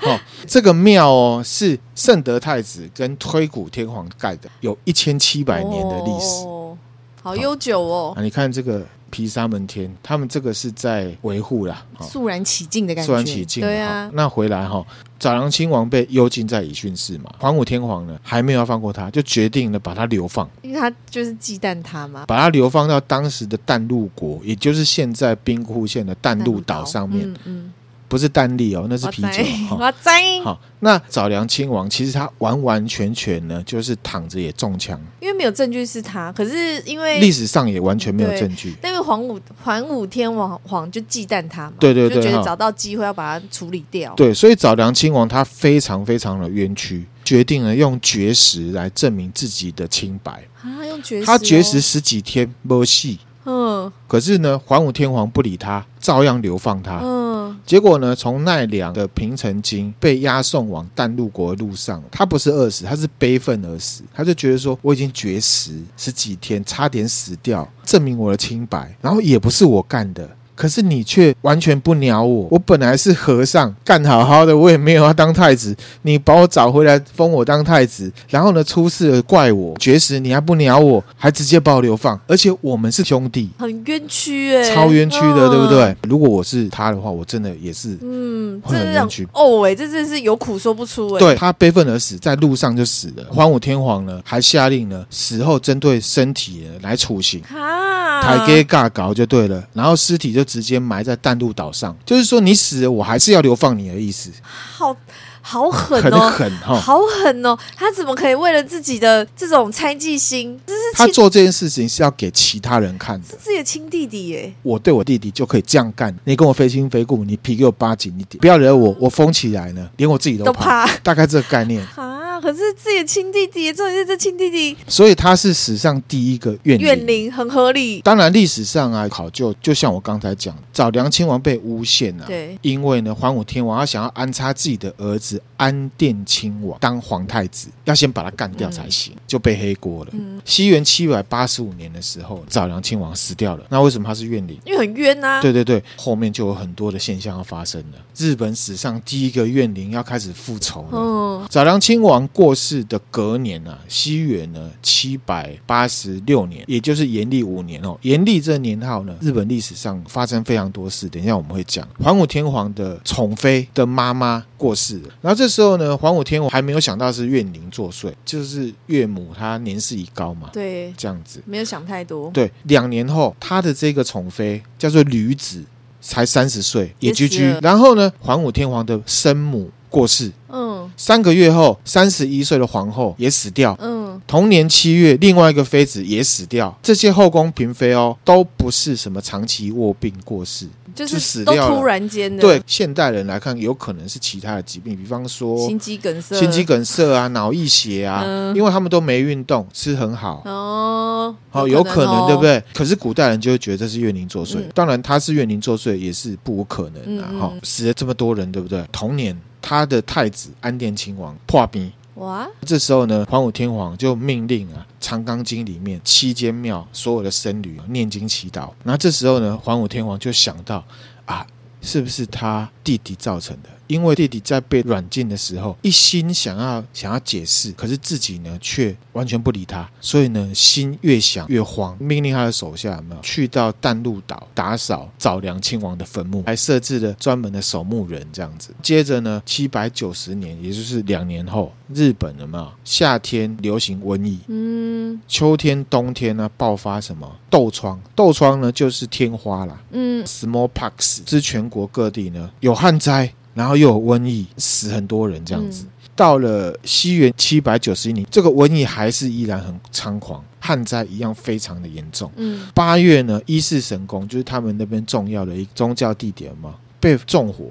[SPEAKER 1] 哦，这个庙哦是圣德太子跟推古天皇盖的，有一千七百年的历史。
[SPEAKER 2] 哦，好悠久哦，
[SPEAKER 1] 啊，你看这个毗沙门天，他们这个是在维护啦。哦
[SPEAKER 2] 肃然起敬的感觉，
[SPEAKER 1] 肃然起敬。
[SPEAKER 2] 对
[SPEAKER 1] 好
[SPEAKER 2] 啊，
[SPEAKER 1] 那回来哈、早良亲王被幽禁在以训寺嘛，桓武天皇呢还没有要放过他，就决定了把他流放，
[SPEAKER 2] 因为他就是忌惮他嘛，
[SPEAKER 1] 把他流放到当时的淡路国，也就是现在兵库县的淡路岛上面，，
[SPEAKER 2] 嗯
[SPEAKER 1] 不是淡丽哦，那
[SPEAKER 2] 嗯，
[SPEAKER 1] 是啤
[SPEAKER 2] 哇塞
[SPEAKER 1] 酒。哈
[SPEAKER 2] 哇塞，
[SPEAKER 1] 好，那早良亲王其实他完完全全呢，就是躺着也中枪，
[SPEAKER 2] 因为没有证据是他，可是因为
[SPEAKER 1] 历史上也完全没有
[SPEAKER 2] 对
[SPEAKER 1] 证据。
[SPEAKER 2] 那个黄武黄武天王皇就忌惮他嘛，
[SPEAKER 1] 对对对
[SPEAKER 2] 就觉
[SPEAKER 1] 哈
[SPEAKER 2] 得找到机会要把他处理掉。，
[SPEAKER 1] 对，所以早良亲王他非常非常的冤屈，决定了用绝食来证明自己的清白。
[SPEAKER 2] 啊，用绝食、
[SPEAKER 1] 他绝食，十几天没戏，
[SPEAKER 2] 嗯
[SPEAKER 1] 可是呢，桓武天皇不理他，照样流放他。
[SPEAKER 2] 嗯
[SPEAKER 1] 结果呢，从奈良的平城京被押送往淡路国的路上，他不是饿死，他是悲愤而死。他就觉得说，我已经绝食十几天，差点死掉，证明我的清白，然后也不是我干的。可是你却完全不鸟我，我本来是和尚，干好好的，我也没有要当太子，你把我找回来封我当太子，然后呢出事了怪我，绝食你还不鸟我，还直接把我流放，而且我们是兄弟，
[SPEAKER 2] 很冤屈哎、
[SPEAKER 1] 超冤屈的，
[SPEAKER 2] 嗯
[SPEAKER 1] 对不？对？如果我是他的话，我真的也是
[SPEAKER 2] 嗯，
[SPEAKER 1] 会很
[SPEAKER 2] 这
[SPEAKER 1] 冤
[SPEAKER 2] 样
[SPEAKER 1] 屈
[SPEAKER 2] 哦哎、这真是有苦说不出哎、
[SPEAKER 1] 对他悲愤而死，在路上就死了。桓武天皇呢，还下令呢，死后针对身体呢来处刑，
[SPEAKER 2] 哈，
[SPEAKER 1] 台给尬搞就对了。然后尸体就直接埋在淡路岛上，就是说你死了，我还是要流放你的意思。
[SPEAKER 2] 好好狠
[SPEAKER 1] 很
[SPEAKER 2] 哦，
[SPEAKER 1] 狠哈、
[SPEAKER 2] 好狠哦！他怎么可以为了自己的这种猜忌心，这是
[SPEAKER 1] 他
[SPEAKER 2] 亲
[SPEAKER 1] 做这件事情是要给其他人看的。
[SPEAKER 2] 自己的亲弟弟耶？
[SPEAKER 1] 我对我弟弟就可以这样干，你跟我非亲非故，你皮给我扒紧一点，不要惹我，我疯起来呢，连我自己
[SPEAKER 2] 都
[SPEAKER 1] 都怕。
[SPEAKER 2] 怕
[SPEAKER 1] 大概这个概念，
[SPEAKER 2] 啊！可是自己的亲弟弟，重点是这亲弟弟
[SPEAKER 1] 所以他是史上第一个怨
[SPEAKER 2] 怨灵很合理，
[SPEAKER 1] 当然，历史上啊，考究就像我刚才讲，早良亲王被诬陷啊，
[SPEAKER 2] 对
[SPEAKER 1] 因为呢，桓武天王他想要安插自己的儿子安殿亲王当皇太子，要先把他干掉才行，就被黑锅了。
[SPEAKER 2] 嗯
[SPEAKER 1] 西元七百八十五年的时候，早良亲王死掉了。那为什么他是怨灵？
[SPEAKER 2] 因为很冤呐、啊。
[SPEAKER 1] 对对对，后面就有很多的现象要发生了。日本史上第一个怨灵要开始复仇了。
[SPEAKER 2] 嗯，
[SPEAKER 1] 早良亲王过世的隔年啊，西元呢七百八十六年，也就是延历五年哦。延历这年号呢，日本历史上发生非常多事，等一下我们会讲。桓武天皇的宠妃的妈妈过世了，然后这时候呢，桓武天皇还没有想到是怨灵作祟，就是岳母她年事已高嘛，
[SPEAKER 2] 对，
[SPEAKER 1] 这样子。
[SPEAKER 2] 没有想太多，
[SPEAKER 1] 对，两年后，他的这个宠妃叫做吕子，才三十岁，也
[SPEAKER 2] 也
[SPEAKER 1] 居
[SPEAKER 2] 死
[SPEAKER 1] 居
[SPEAKER 2] 了。
[SPEAKER 1] 然后呢，桓武天皇的生母过世，
[SPEAKER 2] 嗯
[SPEAKER 1] 三个月后，三十一岁的皇后也死掉。
[SPEAKER 2] 嗯，
[SPEAKER 1] 同年七月，另外一个妃子也死掉。这些后宫嫔妃哦，都不是什么长期卧病过世，
[SPEAKER 2] 就
[SPEAKER 1] 就死
[SPEAKER 2] 是都
[SPEAKER 1] 掉了
[SPEAKER 2] 突然间的，
[SPEAKER 1] 对，现代人来看，有可能是其他的疾病，比方说
[SPEAKER 2] 心肌梗塞，
[SPEAKER 1] 心肌梗塞啊、脑溢血啊，
[SPEAKER 2] 嗯
[SPEAKER 1] 因为他们都没运动，吃很好，
[SPEAKER 2] 哦，
[SPEAKER 1] 哦，有可能，
[SPEAKER 2] 哦
[SPEAKER 1] 对不？对？可是古代人就会觉得这是怨灵作祟，
[SPEAKER 2] 嗯
[SPEAKER 1] 当然他是怨灵作祟也是不无可能的、啊、
[SPEAKER 2] 嗯嗯
[SPEAKER 1] 哈、
[SPEAKER 2] 嗯
[SPEAKER 1] 死了这么多人，对不对？同年，他的太子安殿亲王破冰，
[SPEAKER 2] 哇，
[SPEAKER 1] 这时候呢，桓武天皇就命令啊，《长冈经》里面七间庙所有的僧侣啊念经祈祷。那这时候呢，桓武天皇就想到啊，是不是他弟弟造成的？因为弟弟在被软禁的时候，一心想要想要解释，可是自己呢却完全不理他，所以呢心越想越慌，命令他的手下有没有去到淡路岛打扫早良亲王的坟墓，还设置了专门的守墓人这样子。接着呢，七百九十年，也就是两年后，日本有没有夏天流行瘟疫，
[SPEAKER 2] 嗯
[SPEAKER 1] 秋天、冬天呢爆发什么痘疮？痘疮呢就是天花啦。
[SPEAKER 2] 嗯
[SPEAKER 1] smallpox 之全国各地呢有旱灾，然后又有瘟疫，死很多人这样子。
[SPEAKER 2] 嗯
[SPEAKER 1] 到了西元七百九十一年，这个瘟疫还是依然很猖狂，旱灾一样非常的严重。
[SPEAKER 2] 嗯，
[SPEAKER 1] 八月呢，伊势神宫就是他们那边重要的一个宗教地点嘛，被纵火。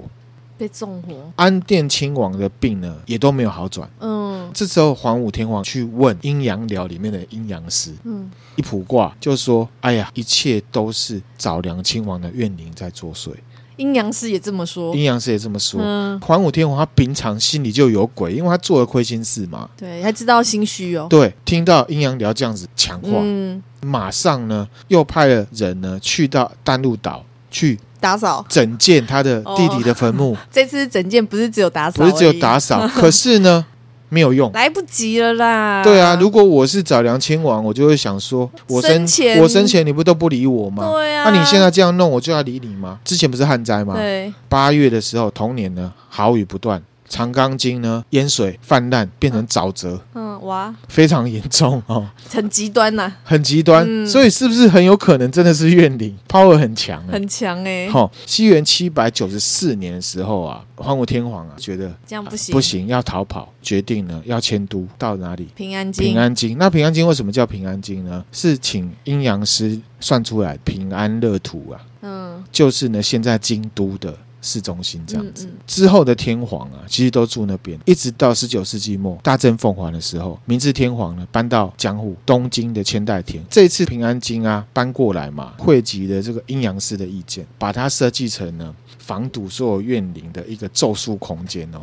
[SPEAKER 2] 被纵火，
[SPEAKER 1] 安殿亲王的病呢，也都没有好转。
[SPEAKER 2] 嗯
[SPEAKER 1] 这时候，桓武天皇去问阴阳寮里面的阴阳师，
[SPEAKER 2] 嗯，
[SPEAKER 1] 一卜卦就说：“哎呀，一切都是早良亲王的怨灵在作祟。”
[SPEAKER 2] 阴阳师也这么说，
[SPEAKER 1] 阴阳师也这么说。
[SPEAKER 2] 嗯，
[SPEAKER 1] 桓武天皇他平常心里就有鬼，因为他做了亏心事嘛。
[SPEAKER 2] 对，还知道心虚哦，
[SPEAKER 1] 对，听到阴阳寮这样子强化，
[SPEAKER 2] 嗯，
[SPEAKER 1] 马上呢又派了人呢去到淡路岛去
[SPEAKER 2] 打扫，
[SPEAKER 1] 整建他的弟弟的坟墓，
[SPEAKER 2] 这次整件不是只有打哦扫
[SPEAKER 1] 不
[SPEAKER 2] 而已，
[SPEAKER 1] 是只有打扫，可是 呢没有用。
[SPEAKER 2] 来不及了啦。
[SPEAKER 1] 对啊，如果我是找梁亲王，我就会想说，我生
[SPEAKER 2] 生前
[SPEAKER 1] 我生前你不都不理我吗？
[SPEAKER 2] 对
[SPEAKER 1] 那、
[SPEAKER 2] 啊，
[SPEAKER 1] 你现在这样弄，我就要理你吗？之前不是旱灾吗？
[SPEAKER 2] 对，
[SPEAKER 1] 八月的时候，同年呢，豪雨不断，长冈京呢淹水泛滥，变成沼泽，
[SPEAKER 2] 嗯，哇，
[SPEAKER 1] 非常严重哦，
[SPEAKER 2] 很极端呐、
[SPEAKER 1] 很极端。
[SPEAKER 2] 嗯
[SPEAKER 1] 所以是不是很有可能真的是怨灵？power 很强哎、
[SPEAKER 2] 很强哎、
[SPEAKER 1] 好、西元七百九十四年的时候啊，桓武天皇啊觉得
[SPEAKER 2] 这样不行，
[SPEAKER 1] 不，行，要逃跑，决定呢要迁都到哪里？
[SPEAKER 2] 平安京，
[SPEAKER 1] 平安京。那平安京为什么叫平安京呢？是请阴阳师算出来平安乐土啊，
[SPEAKER 2] 嗯，
[SPEAKER 1] 就是呢现在京都的市中心这样子。
[SPEAKER 2] 嗯
[SPEAKER 1] 之后的天皇啊，其实都住那边，一直到十九世纪末大正奉还的时候，明治天皇呢搬到江户东京的千代田。这一次平安京啊搬过来嘛，汇集了这个阴阳师的意见，把它设计成呢防堵所有怨灵的一个咒术空间哦。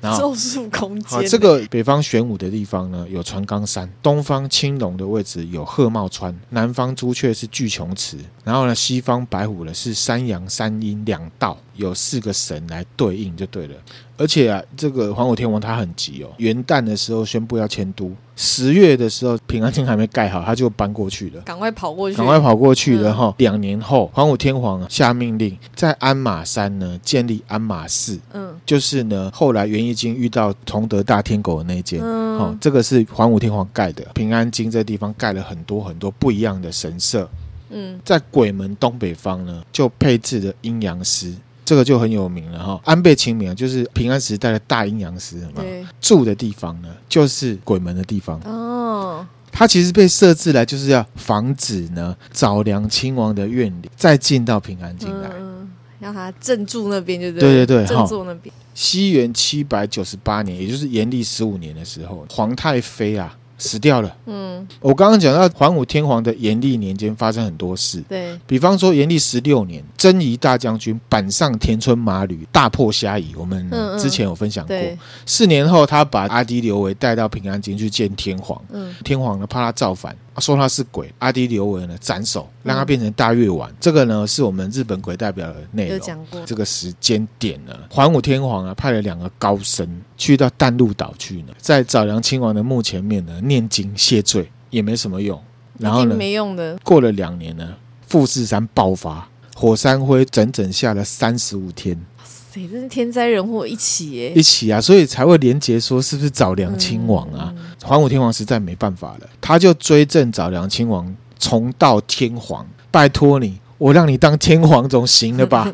[SPEAKER 1] 然
[SPEAKER 2] 嗯
[SPEAKER 1] 后
[SPEAKER 2] 咒术空
[SPEAKER 1] 好，
[SPEAKER 2] 间、
[SPEAKER 1] 这个北方玄武的地方呢，有船冈山；东方青龙的位置有鹤茂川；南方朱雀是巨琼池；然后呢，西方白虎呢是山阳、山阴两道，有四个神来对应就对了。而且啊，这个桓武天王他很急哦，元旦的时候宣布要迁都，十月的时候平安京还没盖好，他就搬过去了。
[SPEAKER 2] 赶快跑过去，
[SPEAKER 1] 赶快跑过去了
[SPEAKER 2] 嗯
[SPEAKER 1] 哈！两年后，桓武天皇啊下命令，在鞍马山呢建立鞍马寺，
[SPEAKER 2] 嗯
[SPEAKER 1] 就是呢，后来元义经遇到崇德大天狗的那一间，
[SPEAKER 2] 嗯
[SPEAKER 1] 哦，这个是桓武天皇盖的。平安京这地方盖了很多很多不一样的神社，
[SPEAKER 2] 嗯
[SPEAKER 1] 在鬼门东北方呢，就配置了阴阳师。这个就很有名了哈。安倍晴明啊就是平安时代的大阴阳师嘛，
[SPEAKER 2] 对，
[SPEAKER 1] 住的地方呢就是鬼门的地方，
[SPEAKER 2] 哦，
[SPEAKER 1] 它其实被设置来就是要防止呢早良亲王的怨灵再进到平安京来。
[SPEAKER 2] 嗯，让他镇住那边，就
[SPEAKER 1] 对对
[SPEAKER 2] 对
[SPEAKER 1] 对
[SPEAKER 2] 镇
[SPEAKER 1] 哈
[SPEAKER 2] 住那边，
[SPEAKER 1] 西元七百九十八年，也就是延历十五年的时候，皇太妃啊死掉了。
[SPEAKER 2] 嗯，
[SPEAKER 1] 我刚刚讲到桓武天皇的延历年间发生很多事，
[SPEAKER 2] 对，
[SPEAKER 1] 比方说延历十六年，征夷大将军板上田村麻吕大破虾夷，我们
[SPEAKER 2] 嗯嗯
[SPEAKER 1] 之前有分享过。
[SPEAKER 2] 对，
[SPEAKER 1] 四年后，他把阿迪刘维带到平安京去见天皇，
[SPEAKER 2] 嗯，
[SPEAKER 1] 天皇呢怕他造反，说他是鬼，阿迪刘维呢斩首，让
[SPEAKER 2] 嗯
[SPEAKER 1] 他变成大越丸。这个呢是我们日本鬼代表的内
[SPEAKER 2] 有
[SPEAKER 1] 容。
[SPEAKER 2] 讲过，
[SPEAKER 1] 这个时间点呢，桓武天皇啊派了两个高僧去到淡路岛去呢，在早良亲王的墓前面呢念经谢罪，也没什么用。然后
[SPEAKER 2] 一
[SPEAKER 1] 呢
[SPEAKER 2] 定，没用的，
[SPEAKER 1] 过了两年呢，富士山爆发，火山灰整整下了三十五天，
[SPEAKER 2] 哇塞，这是天灾人祸一起耶
[SPEAKER 1] 一，起啊，所以才会连结说是不是早良亲王啊？
[SPEAKER 2] 嗯，嗯
[SPEAKER 1] 桓武天皇实在没办法了，他就追赠早良亲王重到天皇，拜托你，我让你当天皇总行了吧？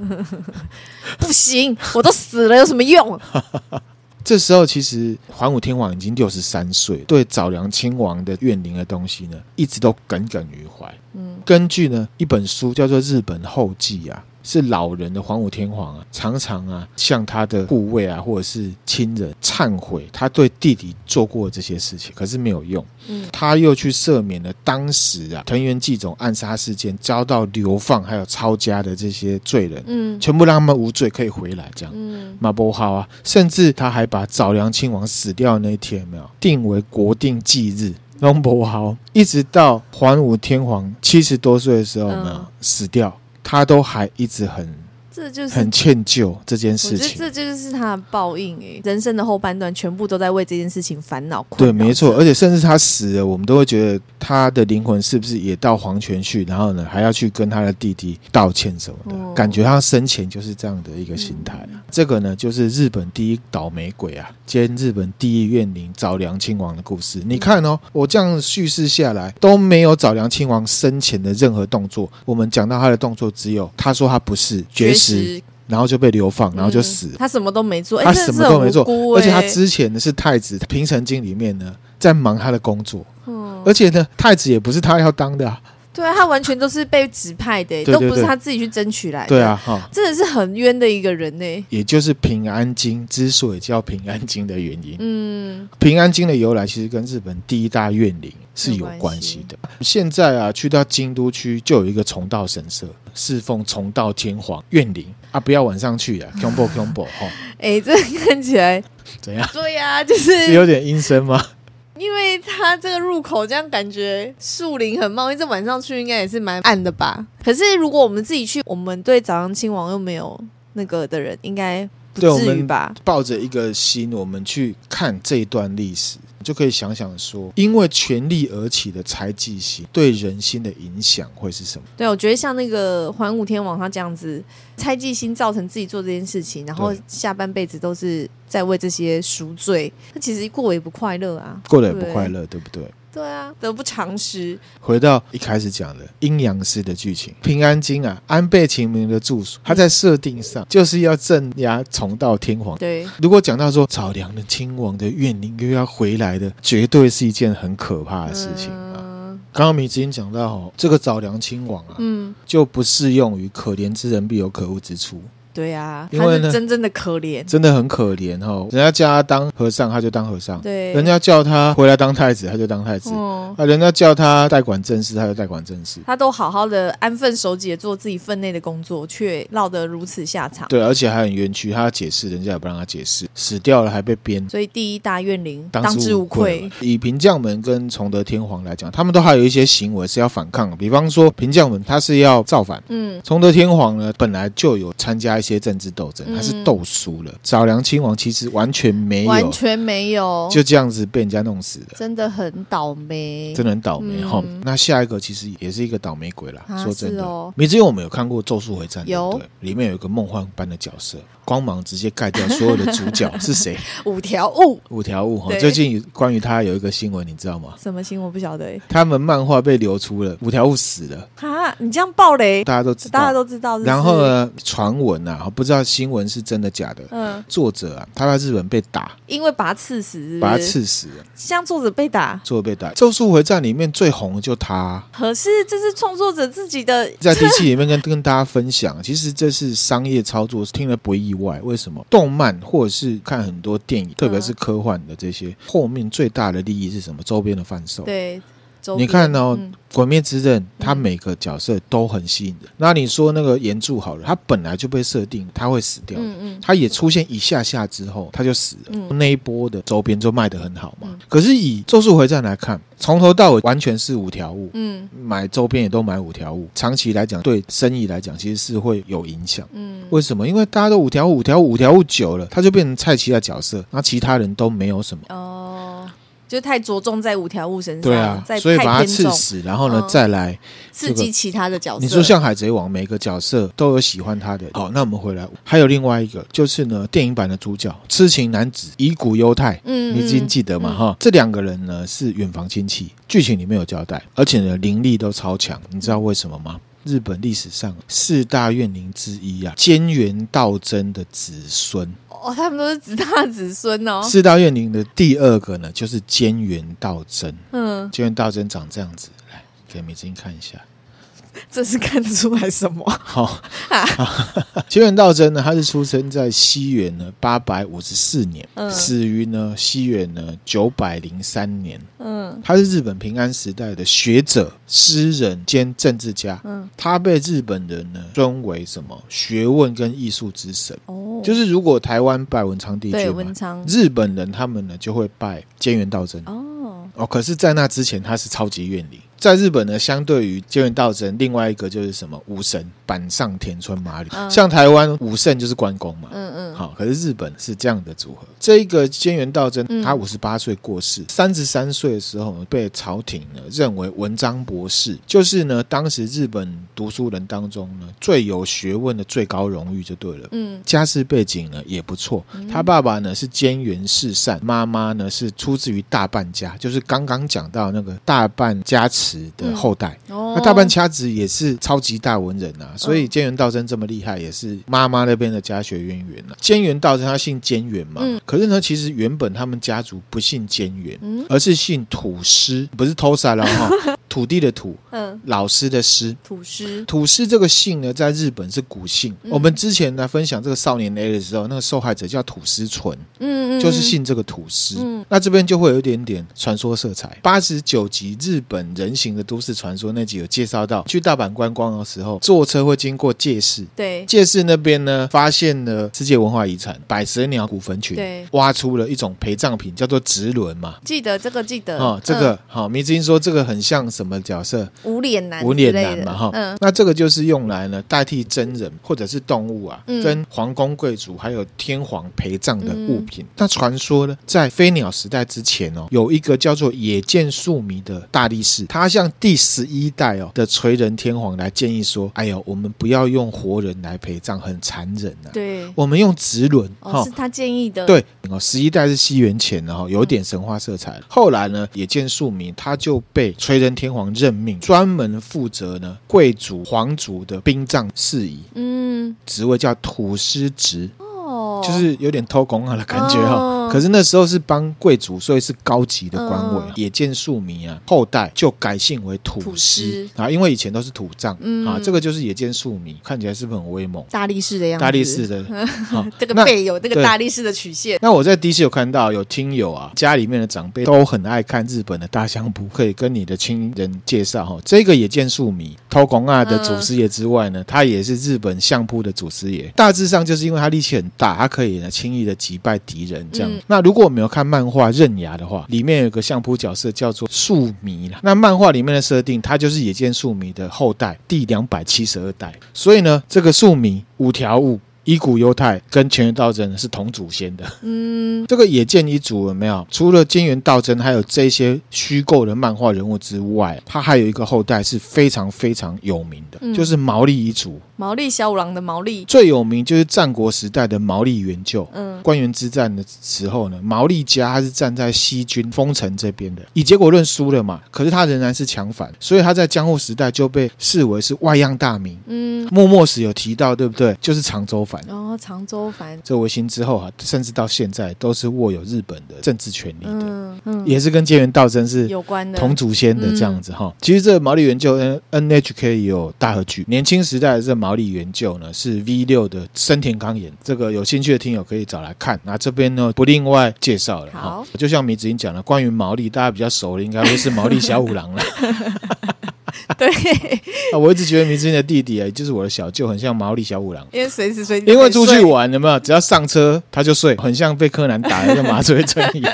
[SPEAKER 2] 不行，我都死了，有什么用？
[SPEAKER 1] 这时候其实桓武天皇已经六十三岁，
[SPEAKER 2] 嗯
[SPEAKER 1] 对早良亲王的怨灵的东西呢，一直都耿耿于怀。
[SPEAKER 2] 嗯，
[SPEAKER 1] 根据呢一本书叫做《日本后记》啊，是老人的桓武天皇啊，常常啊向他的护卫啊或者是亲人忏悔他对弟弟做过的这些事情，可是没有用。
[SPEAKER 2] 嗯
[SPEAKER 1] 他又去赦免了当时啊藤原纪种暗杀事件遭到流放还有抄家的这些罪人，
[SPEAKER 2] 嗯
[SPEAKER 1] 全部让他们无罪可以回来这样。
[SPEAKER 2] 嗯，
[SPEAKER 1] 马波号啊，甚至他还把早良亲王死掉的那一天有没有定为国定忌日。龙伯豪一直到桓武天皇七十多岁的时候呢、
[SPEAKER 2] 嗯
[SPEAKER 1] 死掉，他都还一直很
[SPEAKER 2] 这就是
[SPEAKER 1] 很歉疚这件
[SPEAKER 2] 我
[SPEAKER 1] 事
[SPEAKER 2] 觉得
[SPEAKER 1] 情。
[SPEAKER 2] 这就是他的报应哎，人生的后半段全部都在为这件事情烦恼。困
[SPEAKER 1] 对，
[SPEAKER 2] 扰
[SPEAKER 1] 没错，
[SPEAKER 2] 着
[SPEAKER 1] 而且甚至他死了，我们都会觉得他的灵魂是不是也到黄泉去？然后呢，还要去跟他的弟弟道歉什么的，
[SPEAKER 2] 哦
[SPEAKER 1] 感觉他生前就是这样的一个心态啊。这个呢，就是日本第一倒霉鬼啊，兼日本第一怨灵早良亲王的故事。你看哦，我这样叙事下来都没有早良亲王生前的任何动作，我们讲到他的动作只有他说他不是绝食，，然后就被流放，然后就
[SPEAKER 2] 嗯
[SPEAKER 1] 死了。
[SPEAKER 2] 他什么都没做，哎
[SPEAKER 1] 他
[SPEAKER 2] 真的
[SPEAKER 1] 什么
[SPEAKER 2] 是
[SPEAKER 1] 都
[SPEAKER 2] 很
[SPEAKER 1] 没做
[SPEAKER 2] 无辜，
[SPEAKER 1] 而且他
[SPEAKER 2] 哎
[SPEAKER 1] 之前呢是太子平城经里面呢在忙他的工作，
[SPEAKER 2] 嗯
[SPEAKER 1] 而且呢太子也不是他要当的啊，
[SPEAKER 2] 对啊，他完全都是被指派的，哎
[SPEAKER 1] 对对
[SPEAKER 2] 都不是
[SPEAKER 1] 对
[SPEAKER 2] 他自己去争取来的。
[SPEAKER 1] 对啊，，哈，
[SPEAKER 2] 真的是很冤的一个人欸呢。
[SPEAKER 1] 也就是平安京之所以叫平安京的原因。
[SPEAKER 2] 嗯，
[SPEAKER 1] 平安京的由来其实跟日本第一大怨灵是有关系的。现在啊，去到京都区就有一个重道神社，侍奉重道天皇怨灵啊，不要晚上去啊 c o m b o c o m b o 哈，
[SPEAKER 2] 哎，这看起来，
[SPEAKER 1] 怎 样？
[SPEAKER 2] 对呀，就是是
[SPEAKER 1] 有点阴森吗？
[SPEAKER 2] 因为他这个入口这样感觉树林很茂密，这晚上去应该也是蛮暗的吧。可是如果我们自己去，我们对早上亲王又没有那个的人，应该不
[SPEAKER 1] 对我
[SPEAKER 2] 至于
[SPEAKER 1] 们
[SPEAKER 2] 吧？
[SPEAKER 1] 抱着一个心，我们去看这一段历史，就可以想想说，因为权力而起的猜忌心对人心的影响会是什么？
[SPEAKER 2] 对，我觉得像那个桓武天王他这样子猜忌心造成自己做这件事情，然后
[SPEAKER 1] 对
[SPEAKER 2] 下半辈子都是在为这些赎罪，他其实过得也不快乐啊。
[SPEAKER 1] 过得也不快乐，对不对？
[SPEAKER 2] 对啊，得不偿失。
[SPEAKER 1] 回到一开始讲的阴阳师的剧情，平安京啊，安倍晴明的住所，他在设定上就是要镇压重道天皇。
[SPEAKER 2] 对，
[SPEAKER 1] 如果讲到说草良的亲王的怨灵又要回来的，绝对是一件很可怕的事情啊！
[SPEAKER 2] 嗯
[SPEAKER 1] 刚刚米之前讲到哦，这个早良亲王啊，
[SPEAKER 2] 嗯，
[SPEAKER 1] 就不适用于可怜之人必有可恶之处。
[SPEAKER 2] 对啊，
[SPEAKER 1] 因
[SPEAKER 2] 他
[SPEAKER 1] 为呢
[SPEAKER 2] 是真正的可怜。
[SPEAKER 1] 真的很可怜哦。人家叫他当和尚，他就当和尚；
[SPEAKER 2] 对，
[SPEAKER 1] 人家叫他回来当太子，他就当太子；
[SPEAKER 2] 嗯，
[SPEAKER 1] 啊，人家叫他代管政事，他就代管政事。
[SPEAKER 2] 他都好好的安分守己地做自己分内的工作，却落得如此下场。
[SPEAKER 1] 对，而且还很冤屈，他要解释，人家也不让他解释，死掉了还被鞭。
[SPEAKER 2] 所以第一大怨灵
[SPEAKER 1] 当
[SPEAKER 2] 当之
[SPEAKER 1] 无
[SPEAKER 2] 无愧
[SPEAKER 1] 嘛。。以平将门跟崇德天皇来讲，他们都还有一些行为是要反抗的，比方说平将门他是要造反，
[SPEAKER 2] 嗯，
[SPEAKER 1] 崇德天皇呢，本来就有参加一些政治斗争，
[SPEAKER 2] 嗯
[SPEAKER 1] 他是斗输了。早良亲王其实完全没有，
[SPEAKER 2] 完全没有，
[SPEAKER 1] 就这样子被人家弄死的，
[SPEAKER 2] 真的很倒霉。
[SPEAKER 1] 真的很倒霉哈、
[SPEAKER 2] 哎嗯
[SPEAKER 1] 那下一个其实也是一个倒霉鬼啦，
[SPEAKER 2] 啊
[SPEAKER 1] 说真
[SPEAKER 2] 是
[SPEAKER 1] 的，
[SPEAKER 2] 哦
[SPEAKER 1] 米之前我们有看过《咒术回战》，
[SPEAKER 2] 有
[SPEAKER 1] 对不对，里面有一个梦幻般的角色，光芒直接盖掉所有的主角是 谁？
[SPEAKER 2] 五条哦悟，
[SPEAKER 1] 五条悟哈。
[SPEAKER 2] 对
[SPEAKER 1] 最近有关于他有一个新闻，你知道吗？
[SPEAKER 2] 什么心我不晓得欸。
[SPEAKER 1] 他们漫画被流出了，五条悟死了，
[SPEAKER 2] 哈，你这样暴雷，
[SPEAKER 1] 大家都知道。
[SPEAKER 2] 大家都知道是不是。
[SPEAKER 1] 然后呢，传闻啊，不知道新闻是真的假的。
[SPEAKER 2] 嗯，
[SPEAKER 1] 作者啊，他在日本被打，
[SPEAKER 2] 因为把他刺死是不是，
[SPEAKER 1] 把他，刺死了，
[SPEAKER 2] 像作者被打。
[SPEAKER 1] 作者被打。《咒术回战》里面最红的就他啊、
[SPEAKER 2] 可是这是创作者自己的，
[SPEAKER 1] 在第七里面跟跟大家分享，其实这是商业操作，听了不会意外。为什么？动漫或者是看很多电
[SPEAKER 2] 嗯
[SPEAKER 1] 影，特别是科幻的这些，后面最大的利益是什么？周边的贩售。
[SPEAKER 2] 对，周
[SPEAKER 1] 你
[SPEAKER 2] 边
[SPEAKER 1] 看哦，
[SPEAKER 2] 嗯
[SPEAKER 1] 鬼灭之刃》它每个角色都很吸引人。那你说那个岩柱好了，他本来就被设定他会死掉的，
[SPEAKER 2] 嗯嗯，
[SPEAKER 1] 他也出现一下下之后，他就死了。
[SPEAKER 2] 嗯
[SPEAKER 1] 那一波的周边就卖得很好嘛。
[SPEAKER 2] 嗯
[SPEAKER 1] 可是以《咒术回战》来看，从头到尾完全是五条悟，
[SPEAKER 2] 嗯
[SPEAKER 1] 买周边也都买五条悟，长期来讲对生意来讲其实是会有影响。
[SPEAKER 2] 嗯，
[SPEAKER 1] 为什么？因为大家都五条悟五条悟五条悟久了，他就变成菜奇的角色，那其他人都没有什么。
[SPEAKER 2] 哦，就太着重在五条悟身上，
[SPEAKER 1] 对啊
[SPEAKER 2] 再，
[SPEAKER 1] 所以
[SPEAKER 2] 太
[SPEAKER 1] 把他
[SPEAKER 2] 偏
[SPEAKER 1] 刺
[SPEAKER 2] 重，哦
[SPEAKER 1] 死，然后呢，
[SPEAKER 2] 嗯
[SPEAKER 1] 再来
[SPEAKER 2] 刺
[SPEAKER 1] 这
[SPEAKER 2] 激
[SPEAKER 1] 个
[SPEAKER 2] 其他的角色。
[SPEAKER 1] 你说像《海贼王》，每个角色都有喜欢他的。好，那我们回来，还有另外一个就是呢，电影版的主角痴情男子乙骨忧太。
[SPEAKER 2] 嗯，嗯，
[SPEAKER 1] 你已经记得嘛？
[SPEAKER 2] 嗯
[SPEAKER 1] 哈、这两个人呢是远房亲戚，剧情里面有交代，而且呢灵力都超强，你知道为什么吗？日本历史上四大怨灵之一啊，菅原道真的子孙。
[SPEAKER 2] 哦，他们都是子大子孙哦。
[SPEAKER 1] 四大怨灵的第二个呢，就是菅原道真。
[SPEAKER 2] 嗯，
[SPEAKER 1] 菅原道真长这样子，来给美金看一下。
[SPEAKER 2] 这是看得出来什么？
[SPEAKER 1] 好，清源道真呢，他是出生在西元呢八百五十四年，
[SPEAKER 2] 嗯
[SPEAKER 1] 死于呢西元呢九百零三年。
[SPEAKER 2] 嗯
[SPEAKER 1] 他是日本平安时代的学者、诗人兼政治家。
[SPEAKER 2] 嗯，
[SPEAKER 1] 他被日本人呢尊为什么学问跟艺术之神？
[SPEAKER 2] 哦，
[SPEAKER 1] 就是如果台湾拜文昌帝
[SPEAKER 2] 对
[SPEAKER 1] 君
[SPEAKER 2] 文
[SPEAKER 1] 嘛，
[SPEAKER 2] 昌
[SPEAKER 1] 日本人他们呢就会拜菅原道真。
[SPEAKER 2] 哦，
[SPEAKER 1] 哦，可是，在那之前，他是超级怨灵。在日本呢，相对于菅原道真，另外一个就是什么武神板上田村麻里，
[SPEAKER 2] 嗯
[SPEAKER 1] 像台湾武圣就是关公嘛。
[SPEAKER 2] 嗯嗯，
[SPEAKER 1] 好，可是日本是这样的组合。这个菅原道真，
[SPEAKER 2] 嗯
[SPEAKER 1] 他五十八岁过世，三十三岁的时候呢被朝廷呢认为文章博士，就是呢当时日本读书人当中呢最有学问的最高荣誉就对了。
[SPEAKER 2] 嗯
[SPEAKER 1] 家世背景呢也不错，他爸爸呢是兼元世善，妈妈呢是出自于大半家，就是刚刚讲到那个大半家池的后代。
[SPEAKER 2] 哦，嗯
[SPEAKER 1] 那大半家子也是超级大文人啊，所以菅原道真这么厉害，也是妈妈那边的家学渊源啊。菅原道真他姓菅原嘛，
[SPEAKER 2] 嗯
[SPEAKER 1] 可是呢，其实原本他们家族不姓菅原，
[SPEAKER 2] 嗯
[SPEAKER 1] 而是姓土师，不是偷杀了 哈，土地的土，
[SPEAKER 2] 嗯
[SPEAKER 1] 老师的师。
[SPEAKER 2] 土师
[SPEAKER 1] 土司这个姓呢，在日本是古姓。
[SPEAKER 2] 嗯
[SPEAKER 1] 我们之前来分享这个少年 A 的时候，那个受害者叫土司纯，
[SPEAKER 2] 嗯嗯
[SPEAKER 1] 就是姓这个土司。
[SPEAKER 2] 嗯
[SPEAKER 1] 那这边就会有一点点传说色彩。八十九集日本人形的都市传说那集有介绍到，去大阪观光的时候，坐车会经过界市。
[SPEAKER 2] 对
[SPEAKER 1] 界市那边呢，发现了世界文化遗产百蛇鸟古坟群，
[SPEAKER 2] 对，
[SPEAKER 1] 挖出了一种陪葬品，叫做直轮嘛。
[SPEAKER 2] 记得这个记得
[SPEAKER 1] 哦，这
[SPEAKER 2] 嗯
[SPEAKER 1] 个好，迷之音说这个很像什么角色？
[SPEAKER 2] 无脸男
[SPEAKER 1] 无脸
[SPEAKER 2] 之类
[SPEAKER 1] 男
[SPEAKER 2] 的
[SPEAKER 1] 嘛哈，
[SPEAKER 2] 嗯
[SPEAKER 1] 那这个就是用来呢代替真人或者是动物啊，
[SPEAKER 2] 嗯
[SPEAKER 1] 跟皇宫贵族还有天皇陪葬的物品。那传说呢，在飞鸟时代之前哦，有一个叫做野见树弥的大力士，他向第十一代哦的垂仁天皇来建议说，哎呦，我们不要用活人来陪葬，很残忍啊，
[SPEAKER 2] 对
[SPEAKER 1] 我们用直轮
[SPEAKER 2] 哦是他建议的
[SPEAKER 1] 对，哦，十一代是西元前的哈，
[SPEAKER 2] 嗯
[SPEAKER 1] 有点神话色彩。后来呢，野见庶民他就被垂仁天皇任命，专门负责呢贵族皇族的殡葬事宜，
[SPEAKER 2] 嗯
[SPEAKER 1] 职位叫土司职，
[SPEAKER 2] 哦
[SPEAKER 1] 就是有点偷工啊的感觉哈。
[SPEAKER 2] 哦
[SPEAKER 1] 可是那时候是帮贵族，所以是高级的官位。
[SPEAKER 2] 嗯
[SPEAKER 1] 野见庶民啊，后代就改姓为土
[SPEAKER 2] 土
[SPEAKER 1] 司
[SPEAKER 2] 司
[SPEAKER 1] 啊，因为以前都是土葬、
[SPEAKER 2] 嗯
[SPEAKER 1] 啊。这个就是野见庶民，看起来是不是很威猛？
[SPEAKER 2] 大力士的样子，
[SPEAKER 1] 大力士 的，好
[SPEAKER 2] 这个
[SPEAKER 1] 那
[SPEAKER 2] 背有那个
[SPEAKER 1] 对
[SPEAKER 2] 大力士的曲线，
[SPEAKER 1] 那我在 DC 有看到有听友啊，家里面的长辈都很爱看日本的大相扑，可以跟你的亲人介绍哈、这个野见树迷偷广啊的祖师爷之外呢，他也是日本相扑的祖师爷。大致上就是因为他力气很大，他可以呢轻易的击败敌人这样。
[SPEAKER 2] 嗯
[SPEAKER 1] 那如果我们有看漫画《刃牙》的话，里面有个相扑角色叫做树迷啦。那漫画里面的设定，他就是野见树迷的后代，第两百七十二代。所以呢，这个树迷五条悟。伊谷犹太跟全员道真是同祖先的，
[SPEAKER 2] 嗯
[SPEAKER 1] 这个野见一族有没有？除了金元道真还有这些虚构的漫画人物之外，他还有一个后代是非常非常有名的，
[SPEAKER 2] 嗯
[SPEAKER 1] 就是毛利一族。
[SPEAKER 2] 毛利小五郎的毛利，
[SPEAKER 1] 最有名就是战国时代的毛利元就。
[SPEAKER 2] 嗯
[SPEAKER 1] 官员之战的时候呢，毛利家他是站在西军丰臣这边的，以结果论输了嘛，可是他仍然是强反，所以他在江户时代就被视为是外样大名。
[SPEAKER 2] 嗯
[SPEAKER 1] 幕末时有提到，对不对？就是常州反。藩。
[SPEAKER 2] 然后常州藩，
[SPEAKER 1] 这维新之后啊，甚至到现在都是握有日本的政治权利的，
[SPEAKER 2] 嗯嗯，
[SPEAKER 1] 也是跟建元道真是
[SPEAKER 2] 有嗯关的
[SPEAKER 1] 同祖先的这样子哈、其实这个毛利元就 N NHK 也有大合剧，年轻时代的这毛利元就呢是 V 六的森田康彦，这个有兴趣的听友可以找来看。那这边呢不另外介绍了哈
[SPEAKER 2] 好。
[SPEAKER 1] 就像米子英讲了，关于毛利大家比较熟的应该会是毛利小五 郎了。
[SPEAKER 2] 对，
[SPEAKER 1] 啊我一直觉得米子英的弟弟啊，也就是我的小舅，很像毛利小五 郎。
[SPEAKER 2] 因为随时随地
[SPEAKER 1] 因为出去
[SPEAKER 2] 睡，
[SPEAKER 1] 玩有没有？只要上车他就睡，很像被柯南打了一个麻醉针一样。